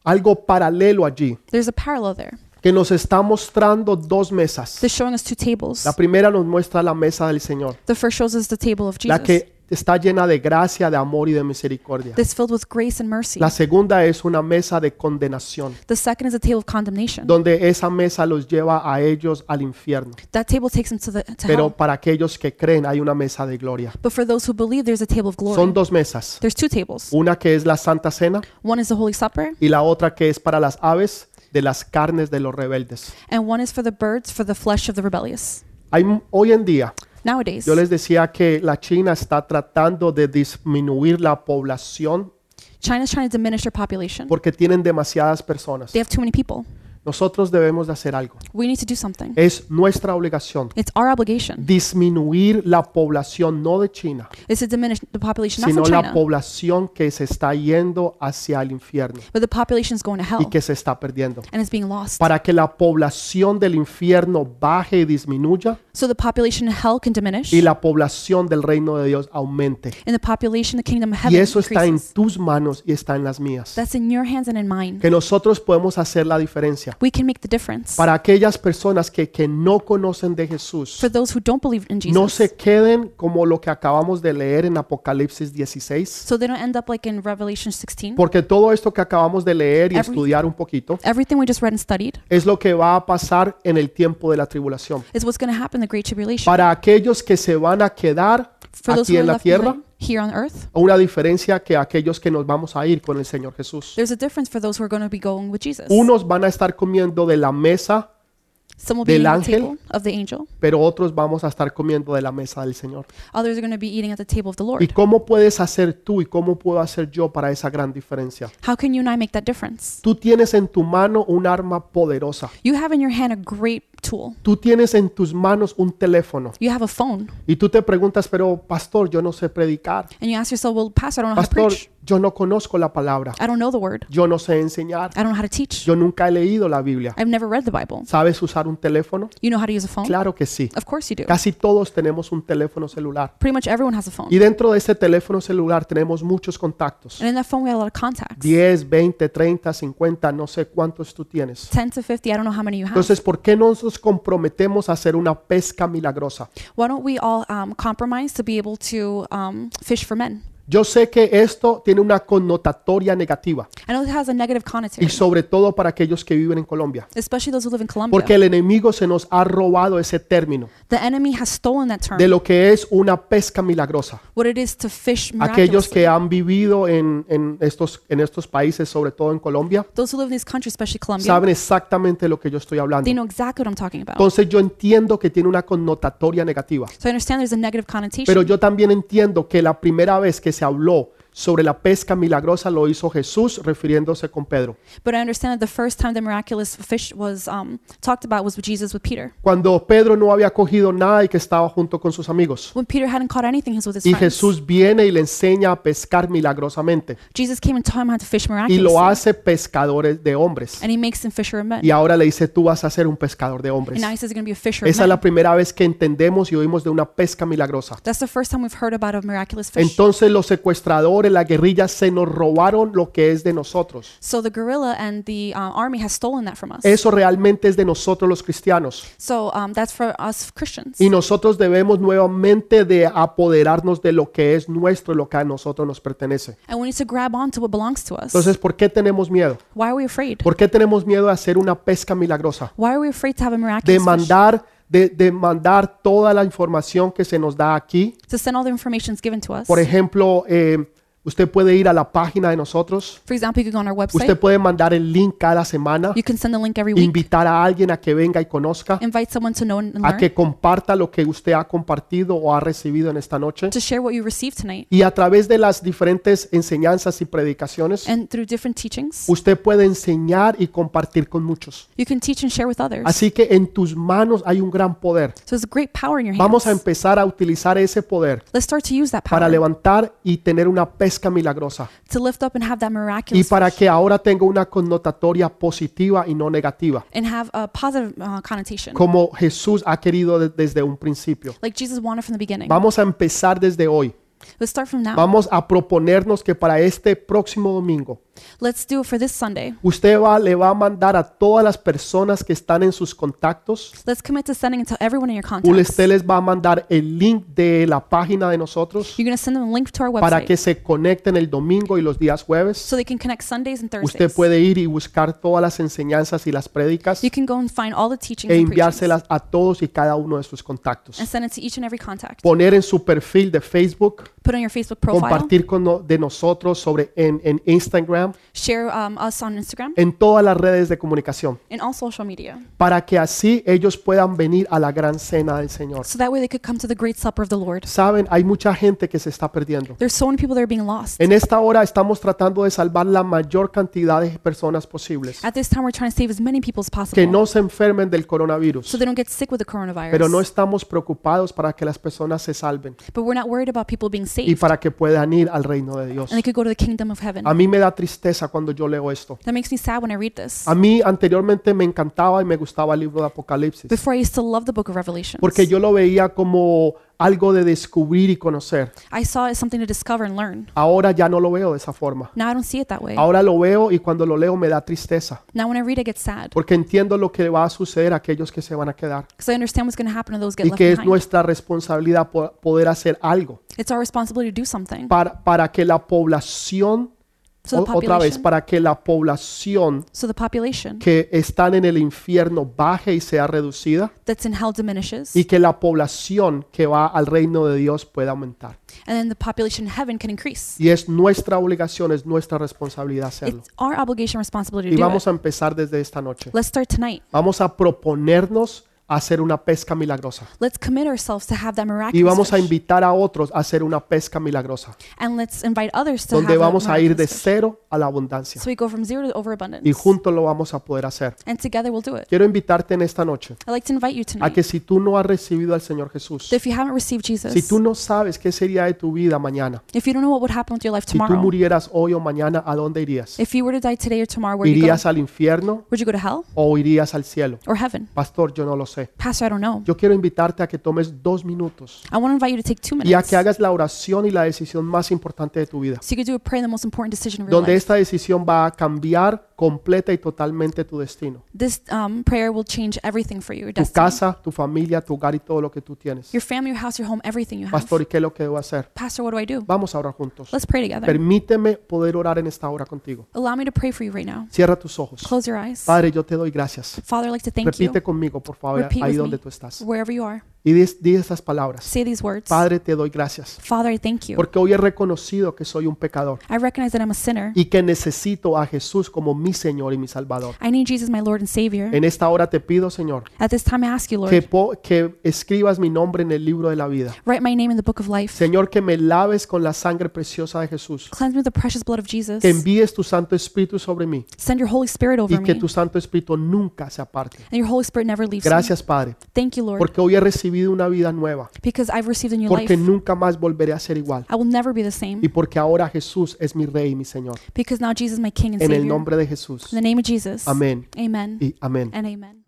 Speaker 1: algo paralelo allí
Speaker 2: There's a parallel there.
Speaker 1: que nos está mostrando dos mesas.
Speaker 2: They're showing us two tables.
Speaker 1: La primera nos muestra la mesa del Señor,
Speaker 2: The first shows us the table of
Speaker 1: la
Speaker 2: Jesus.
Speaker 1: que está llena de gracia, de amor y de misericordia.
Speaker 2: That's filled with grace and mercy.
Speaker 1: La segunda es una mesa de condenación,
Speaker 2: The second is the table of condemnation.
Speaker 1: donde esa mesa los lleva a ellos al infierno.
Speaker 2: That table takes them to the to
Speaker 1: Pero
Speaker 2: hell.
Speaker 1: para aquellos que creen hay una mesa de gloria.
Speaker 2: But for those who believe, there's a table of
Speaker 1: Son
Speaker 2: glory.
Speaker 1: dos mesas,
Speaker 2: There's two tables.
Speaker 1: una que es la Santa Cena
Speaker 2: One is the Holy Supper,
Speaker 1: y la otra que es para las aves de las carnes de los rebeldes.
Speaker 2: and one is for the birds, for the flesh of the rebellious.
Speaker 1: Hay m- hoy en día,
Speaker 2: Nowadays,
Speaker 1: yo les decía que la China está tratando de disminuir la población
Speaker 2: China's trying to diminish their population.
Speaker 1: porque tienen demasiadas personas.
Speaker 2: They have too many people.
Speaker 1: Nosotros debemos de hacer algo.
Speaker 2: We need to do something.
Speaker 1: Es nuestra obligación
Speaker 2: It's our obligation
Speaker 1: disminuir la población no de China,
Speaker 2: is to diminish the population, not
Speaker 1: sino
Speaker 2: from
Speaker 1: la
Speaker 2: China,
Speaker 1: población que se está yendo hacia el infierno
Speaker 2: but the population is going to
Speaker 1: y
Speaker 2: hell
Speaker 1: que se está perdiendo.
Speaker 2: and is being lost.
Speaker 1: Para que la población del infierno baje y disminuya
Speaker 2: So the population in hell can diminish,
Speaker 1: y la población del reino de Dios aumente.
Speaker 2: and the population, the kingdom of
Speaker 1: Y
Speaker 2: heaven,
Speaker 1: eso está en
Speaker 2: increases.
Speaker 1: tus manos y está en las mías.
Speaker 2: That's in your hands and in mine.
Speaker 1: Que nosotros podemos hacer la diferencia.
Speaker 2: We can make the difference.
Speaker 1: Para aquellas personas que, que no conocen de Jesús,
Speaker 2: For those who don't believe in
Speaker 1: no
Speaker 2: Jesus,
Speaker 1: se queden como lo que acabamos de leer en Apocalipsis 16.
Speaker 2: so they don't end up like in Revelation 16.
Speaker 1: Porque todo esto que acabamos de leer y
Speaker 2: Every-
Speaker 1: estudiar un poquito
Speaker 2: Everything we just read and studied
Speaker 1: es lo que va a pasar en el tiempo de la tribulación.
Speaker 2: is what's going to happen in the Great Tribulation.
Speaker 1: Para aquellos que se van a quedar
Speaker 2: For those
Speaker 1: aquí
Speaker 2: who are
Speaker 1: en la
Speaker 2: left
Speaker 1: tierra,
Speaker 2: behind here on earth,
Speaker 1: una diferencia que aquellos que nos vamos a ir con el Señor Jesús.
Speaker 2: there's a difference for those who are going to be going with Jesus.
Speaker 1: Unos van a estar comiendo de la mesa,
Speaker 2: Some will be
Speaker 1: del
Speaker 2: eating at
Speaker 1: ángel.
Speaker 2: the table of the angel.
Speaker 1: pero otros vamos a estar comiendo de la mesa del Señor.
Speaker 2: Others are going to be eating at the table of the
Speaker 1: ¿Y
Speaker 2: Lord.
Speaker 1: cómo puedes hacer tú y cómo puedo hacer yo para esa gran diferencia?
Speaker 2: How can you and I make that difference?
Speaker 1: Tú tienes en tu mano un arma poderosa.
Speaker 2: You have in your hand a great tool.
Speaker 1: Tú tienes en tus manos un teléfono.
Speaker 2: You have a phone,
Speaker 1: Y tú te preguntas, pero pastor, yo no sé predicar.
Speaker 2: and you ask yourself, "Well, Pastor, I don't know how to
Speaker 1: Pastor,
Speaker 2: preach.
Speaker 1: yo no conozco la palabra.
Speaker 2: I don't know the word.
Speaker 1: Yo no sé enseñar.
Speaker 2: I don't know how to teach.
Speaker 1: Yo nunca he leído la Biblia.
Speaker 2: I've never read the Bible.
Speaker 1: ¿Sabes usar un teléfono?
Speaker 2: You know how to use a phone?
Speaker 1: Claro que sí.
Speaker 2: Of course you do.
Speaker 1: Casi todos tenemos un teléfono celular.
Speaker 2: Pretty much everyone has a phone.
Speaker 1: Y dentro de este teléfono celular tenemos muchos contactos.
Speaker 2: And in that phone, we have a lot of contacts
Speaker 1: 10, 20, 30, 50, no sé cuántos tú tienes.
Speaker 2: 10 to 50. I don't know how many you have.
Speaker 1: Entonces, ¿por qué no nos comprometemos a hacer una pesca milagrosa?
Speaker 2: Why don't we all um, compromise to be able to um, fish for men?
Speaker 1: Yo sé que esto tiene una connotatoria negativa
Speaker 2: I know it has a negative connotation,
Speaker 1: y sobre todo para aquellos que viven en Colombia,
Speaker 2: especially those who live in Colombia.
Speaker 1: porque el enemigo se nos ha robado ese término
Speaker 2: the enemy has stolen that term,
Speaker 1: de lo que es una pesca milagrosa.
Speaker 2: what it is to fish
Speaker 1: Aquellos
Speaker 2: miraculously.
Speaker 1: que han vivido en, en estos, en estos países, sobre todo en Colombia,
Speaker 2: Those who live in these countries, especially Colombia,
Speaker 1: saben exactamente de lo que yo estoy hablando.
Speaker 2: they know exactly what I'm talking about.
Speaker 1: Entonces yo entiendo que tiene una connotatoria negativa,
Speaker 2: So I understand there's a negative connotation.
Speaker 1: pero yo también entiendo que la primera vez que se habló sobre la pesca milagrosa lo hizo Jesús refiriéndose con Pedro.
Speaker 2: But I understand that the first time the miraculous fish was um, talked about was with Jesus with Peter.
Speaker 1: Cuando Pedro no había cogido nada y que estaba junto con sus amigos.
Speaker 2: When Peter hadn't caught anything, he was with his
Speaker 1: Y
Speaker 2: friends.
Speaker 1: Jesús viene y le enseña a pescar milagrosamente
Speaker 2: Jesus came and taught him how to fish
Speaker 1: y
Speaker 2: miraculously.
Speaker 1: lo hace pescadores de hombres.
Speaker 2: and he makes him fisher of men.
Speaker 1: Y ahora le dice, tú vas a ser un pescador de hombres.
Speaker 2: And now he says he's going to be a fisher of
Speaker 1: Esa
Speaker 2: men.
Speaker 1: es la primera vez que entendemos y oímos de una pesca milagrosa.
Speaker 2: That's the first time we've heard about a miraculous fish.
Speaker 1: Entonces los secuestradores, la guerrilla, se nos robaron lo que es de nosotros.
Speaker 2: so the guerrilla and the um, army has stolen that from us.
Speaker 1: Eso realmente es de nosotros los cristianos.
Speaker 2: so um, that's for us Christians.
Speaker 1: Y nosotros debemos nuevamente de apoderarnos de lo que es nuestro y lo que a nosotros nos pertenece.
Speaker 2: and we need to grab onto what belongs to us.
Speaker 1: Entonces, ¿por qué tenemos miedo?
Speaker 2: Why are we afraid?
Speaker 1: ¿Por qué tenemos miedo de hacer una pesca milagrosa?
Speaker 2: Why are we afraid to have a
Speaker 1: De
Speaker 2: miraculous fish?
Speaker 1: mandar, de, de mandar toda la información que se nos da aquí.
Speaker 2: To send all the information given to us.
Speaker 1: Por ejemplo, eh, usted puede ir a la página de nosotros.
Speaker 2: For example, you could go on our website.
Speaker 1: Usted puede mandar el link cada semana.
Speaker 2: you can send a link every week.
Speaker 1: Invitar a alguien a que venga y conozca.
Speaker 2: invite someone to know and
Speaker 1: a
Speaker 2: learn.
Speaker 1: que comparta lo que usted ha compartido o ha recibido en esta noche.
Speaker 2: to share what you received tonight.
Speaker 1: Y a través de las diferentes enseñanzas y predicaciones,
Speaker 2: And through different teachings,
Speaker 1: usted puede enseñar y compartir con muchos.
Speaker 2: you can teach and share with others.
Speaker 1: Así que en tus manos hay un gran poder.
Speaker 2: so there's great power in your hands.
Speaker 1: Vamos a empezar a utilizar ese poder
Speaker 2: Let's start to use that power
Speaker 1: para levantar y tener una pesca milagrosa.
Speaker 2: to lift up and have that
Speaker 1: Y
Speaker 2: miraculous
Speaker 1: para
Speaker 2: fish
Speaker 1: que ahora tenga una connotatoria positiva y no negativa,
Speaker 2: and have a positive uh, connotation,
Speaker 1: como Jesús ha querido de- desde un principio.
Speaker 2: like Jesus wanted from the beginning.
Speaker 1: Vamos a empezar desde hoy.
Speaker 2: Let's start from now.
Speaker 1: Vamos a proponernos que para este próximo domingo
Speaker 2: Let's do it for this Sunday.
Speaker 1: Usted va, le va a mandar a todas las personas que están en sus contactos.
Speaker 2: Let's commit to sending it to everyone in your contacts.
Speaker 1: Usted les va a mandar el link de la página de nosotros
Speaker 2: You're going to send them a link to our
Speaker 1: para
Speaker 2: website
Speaker 1: que se conecten el domingo y los días jueves.
Speaker 2: so they can connect Sundays and
Speaker 1: Usted
Speaker 2: Thursdays.
Speaker 1: puede ir y buscar todas las enseñanzas y las prédicas
Speaker 2: You
Speaker 1: e
Speaker 2: can go and find all the teachings and, preachings
Speaker 1: enviárselas a todos y cada uno de sus contactos.
Speaker 2: and send it to each and every contact.
Speaker 1: Poner en su perfil de Facebook,
Speaker 2: Put on your Facebook profile.
Speaker 1: compartir con no- de nosotros sobre en, en Instagram,
Speaker 2: Share um, us on Instagram
Speaker 1: en todas las redes de comunicación,
Speaker 2: and all social media
Speaker 1: para que así ellos puedan venir a la gran cena del Señor.
Speaker 2: so that way they could come to the great supper of the Lord.
Speaker 1: Saben, hay mucha gente que se está perdiendo.
Speaker 2: There's so many people that are being lost.
Speaker 1: En esta hora estamos tratando de salvar la mayor cantidad de personas posibles.
Speaker 2: At this time, we're trying to save as many people as
Speaker 1: Que
Speaker 2: possible
Speaker 1: no se enfermen del
Speaker 2: so
Speaker 1: coronavirus.
Speaker 2: they don't get sick with the coronavirus.
Speaker 1: Pero no estamos preocupados para que las personas se salven
Speaker 2: but we're not worried about people being
Speaker 1: y
Speaker 2: saved
Speaker 1: para que puedan ir al reino de Dios.
Speaker 2: and they could go to the kingdom of heaven.
Speaker 1: A mí me da tristeza cuando yo leo esto.
Speaker 2: That makes me sad when I read this.
Speaker 1: A mí anteriormente me encantaba y me gustaba el libro de Apocalipsis
Speaker 2: Before I used to love the book of Revelation.
Speaker 1: porque yo lo veía como algo de descubrir y conocer.
Speaker 2: I saw it as something to discover and learn.
Speaker 1: Ahora ya no lo veo de esa forma.
Speaker 2: Now I don't see it that way.
Speaker 1: Ahora lo veo y cuando lo leo me da tristeza.
Speaker 2: Now when I read, I get sad
Speaker 1: porque entiendo lo que va a suceder a aquellos que se van a quedar
Speaker 2: because I understand what's going to happen to those who get
Speaker 1: y
Speaker 2: left
Speaker 1: que es
Speaker 2: behind.
Speaker 1: nuestra responsabilidad po- poder hacer algo
Speaker 2: It's our responsibility to do something.
Speaker 1: para, para que la población,
Speaker 2: So the
Speaker 1: o- otra vez,
Speaker 2: population,
Speaker 1: para que la población
Speaker 2: so the population
Speaker 1: que están en el infierno baje y sea reducida
Speaker 2: that's in hell diminishes,
Speaker 1: y que la población que va al reino de Dios pueda aumentar.
Speaker 2: and then the population in heaven can increase.
Speaker 1: Y es nuestra obligación, es nuestra responsabilidad hacerlo.
Speaker 2: It's our obligation, responsibility to
Speaker 1: Y
Speaker 2: do
Speaker 1: vamos
Speaker 2: it.
Speaker 1: a empezar desde esta noche.
Speaker 2: Let's start tonight.
Speaker 1: Vamos a proponernos a hacer una pesca milagrosa.
Speaker 2: Let's commit ourselves to have that
Speaker 1: Y
Speaker 2: miraculous
Speaker 1: vamos a
Speaker 2: fish.
Speaker 1: invitar a otros a hacer una pesca milagrosa.
Speaker 2: and let's invite others to
Speaker 1: donde
Speaker 2: have
Speaker 1: vamos
Speaker 2: that
Speaker 1: a ir de
Speaker 2: miraculous fish.
Speaker 1: cero a la abundancia
Speaker 2: So we go from zero to
Speaker 1: y
Speaker 2: overabundance,
Speaker 1: juntos lo vamos a poder hacer.
Speaker 2: and together we'll do it.
Speaker 1: Quiero invitarte en esta noche
Speaker 2: I'd like to invite you tonight.
Speaker 1: a que si tú no has recibido al Señor Jesús,
Speaker 2: that if you haven't received Jesus,
Speaker 1: si tú no sabes qué sería de tu vida mañana,
Speaker 2: if you don't know what would happen with your life
Speaker 1: si tú
Speaker 2: tomorrow,
Speaker 1: murieras hoy o mañana, ¿a dónde irías?
Speaker 2: if you were to die today or tomorrow, where would you go?
Speaker 1: ¿Irías al infierno
Speaker 2: Would you go to hell
Speaker 1: o irías al cielo?
Speaker 2: or heaven?
Speaker 1: Pastor, yo no lo sé.
Speaker 2: Pastor, I don't know.
Speaker 1: Yo quiero invitarte a que tomes dos minutos
Speaker 2: I want to invite you to take two
Speaker 1: y a
Speaker 2: minutes
Speaker 1: que hagas la oración y la decisión más importante de tu vida,
Speaker 2: so you could do a prayer, the most important decision of your
Speaker 1: donde
Speaker 2: life.
Speaker 1: esta decisión va a cambiar completa y totalmente tu destino,
Speaker 2: This um, prayer will change everything for you, your
Speaker 1: tu
Speaker 2: destiny,
Speaker 1: casa, tu familia, tu hogar y todo lo que tú tienes.
Speaker 2: your family, your house, your home, everything you have.
Speaker 1: Pastor, ¿y qué es lo que debo hacer?
Speaker 2: Pastor, what do I do?
Speaker 1: Vamos a orar juntos.
Speaker 2: Let's pray together.
Speaker 1: Permíteme poder orar en esta hora contigo.
Speaker 2: Allow me to pray for you right now.
Speaker 1: Cierra tus ojos.
Speaker 2: Close your eyes.
Speaker 1: Padre, yo te doy gracias.
Speaker 2: Father, I'd like to thank you.
Speaker 1: Repite conmigo, por favor,
Speaker 2: Repeat
Speaker 1: ahí
Speaker 2: with
Speaker 1: donde
Speaker 2: me,
Speaker 1: tú estás.
Speaker 2: wherever you are.
Speaker 1: Y di, di esas palabras.
Speaker 2: Say these words
Speaker 1: Padre, te doy gracias.
Speaker 2: Father, I thank you.
Speaker 1: Porque hoy he reconocido que soy un pecador
Speaker 2: I recognize that I'm a sinner.
Speaker 1: y que necesito a Jesús como mi Señor y mi Salvador.
Speaker 2: I need Jesus, my Lord and Savior.
Speaker 1: En esta hora te pido, Señor,
Speaker 2: At this time, I ask you,
Speaker 1: que,
Speaker 2: Lord,
Speaker 1: po- que escribas mi nombre en el libro de la vida.
Speaker 2: write my name in the book of life.
Speaker 1: Señor, que me laves con la sangre preciosa de Jesús.
Speaker 2: Cleanse me with the precious blood of Jesus.
Speaker 1: Que envíes tu Santo Espíritu sobre mí
Speaker 2: Send your Holy Spirit over
Speaker 1: y
Speaker 2: me.
Speaker 1: que tu
Speaker 2: And
Speaker 1: Santo Espíritu nunca se aparte.
Speaker 2: your Holy Spirit never leaves me.
Speaker 1: Gracias, Padre,
Speaker 2: Thank you, Lord,
Speaker 1: porque hoy he recibido una vida nueva,
Speaker 2: because I've received a new life.
Speaker 1: porque nunca más volveré a ser igual
Speaker 2: I will never be the
Speaker 1: y
Speaker 2: same
Speaker 1: porque ahora Jesús es mi Rey y mi Señor.
Speaker 2: because now Jesus is my King
Speaker 1: En
Speaker 2: and
Speaker 1: el
Speaker 2: Savior. In
Speaker 1: nombre de Jesús.
Speaker 2: the name of Jesus.
Speaker 1: Amén
Speaker 2: Amen.
Speaker 1: y amén.
Speaker 2: And amen.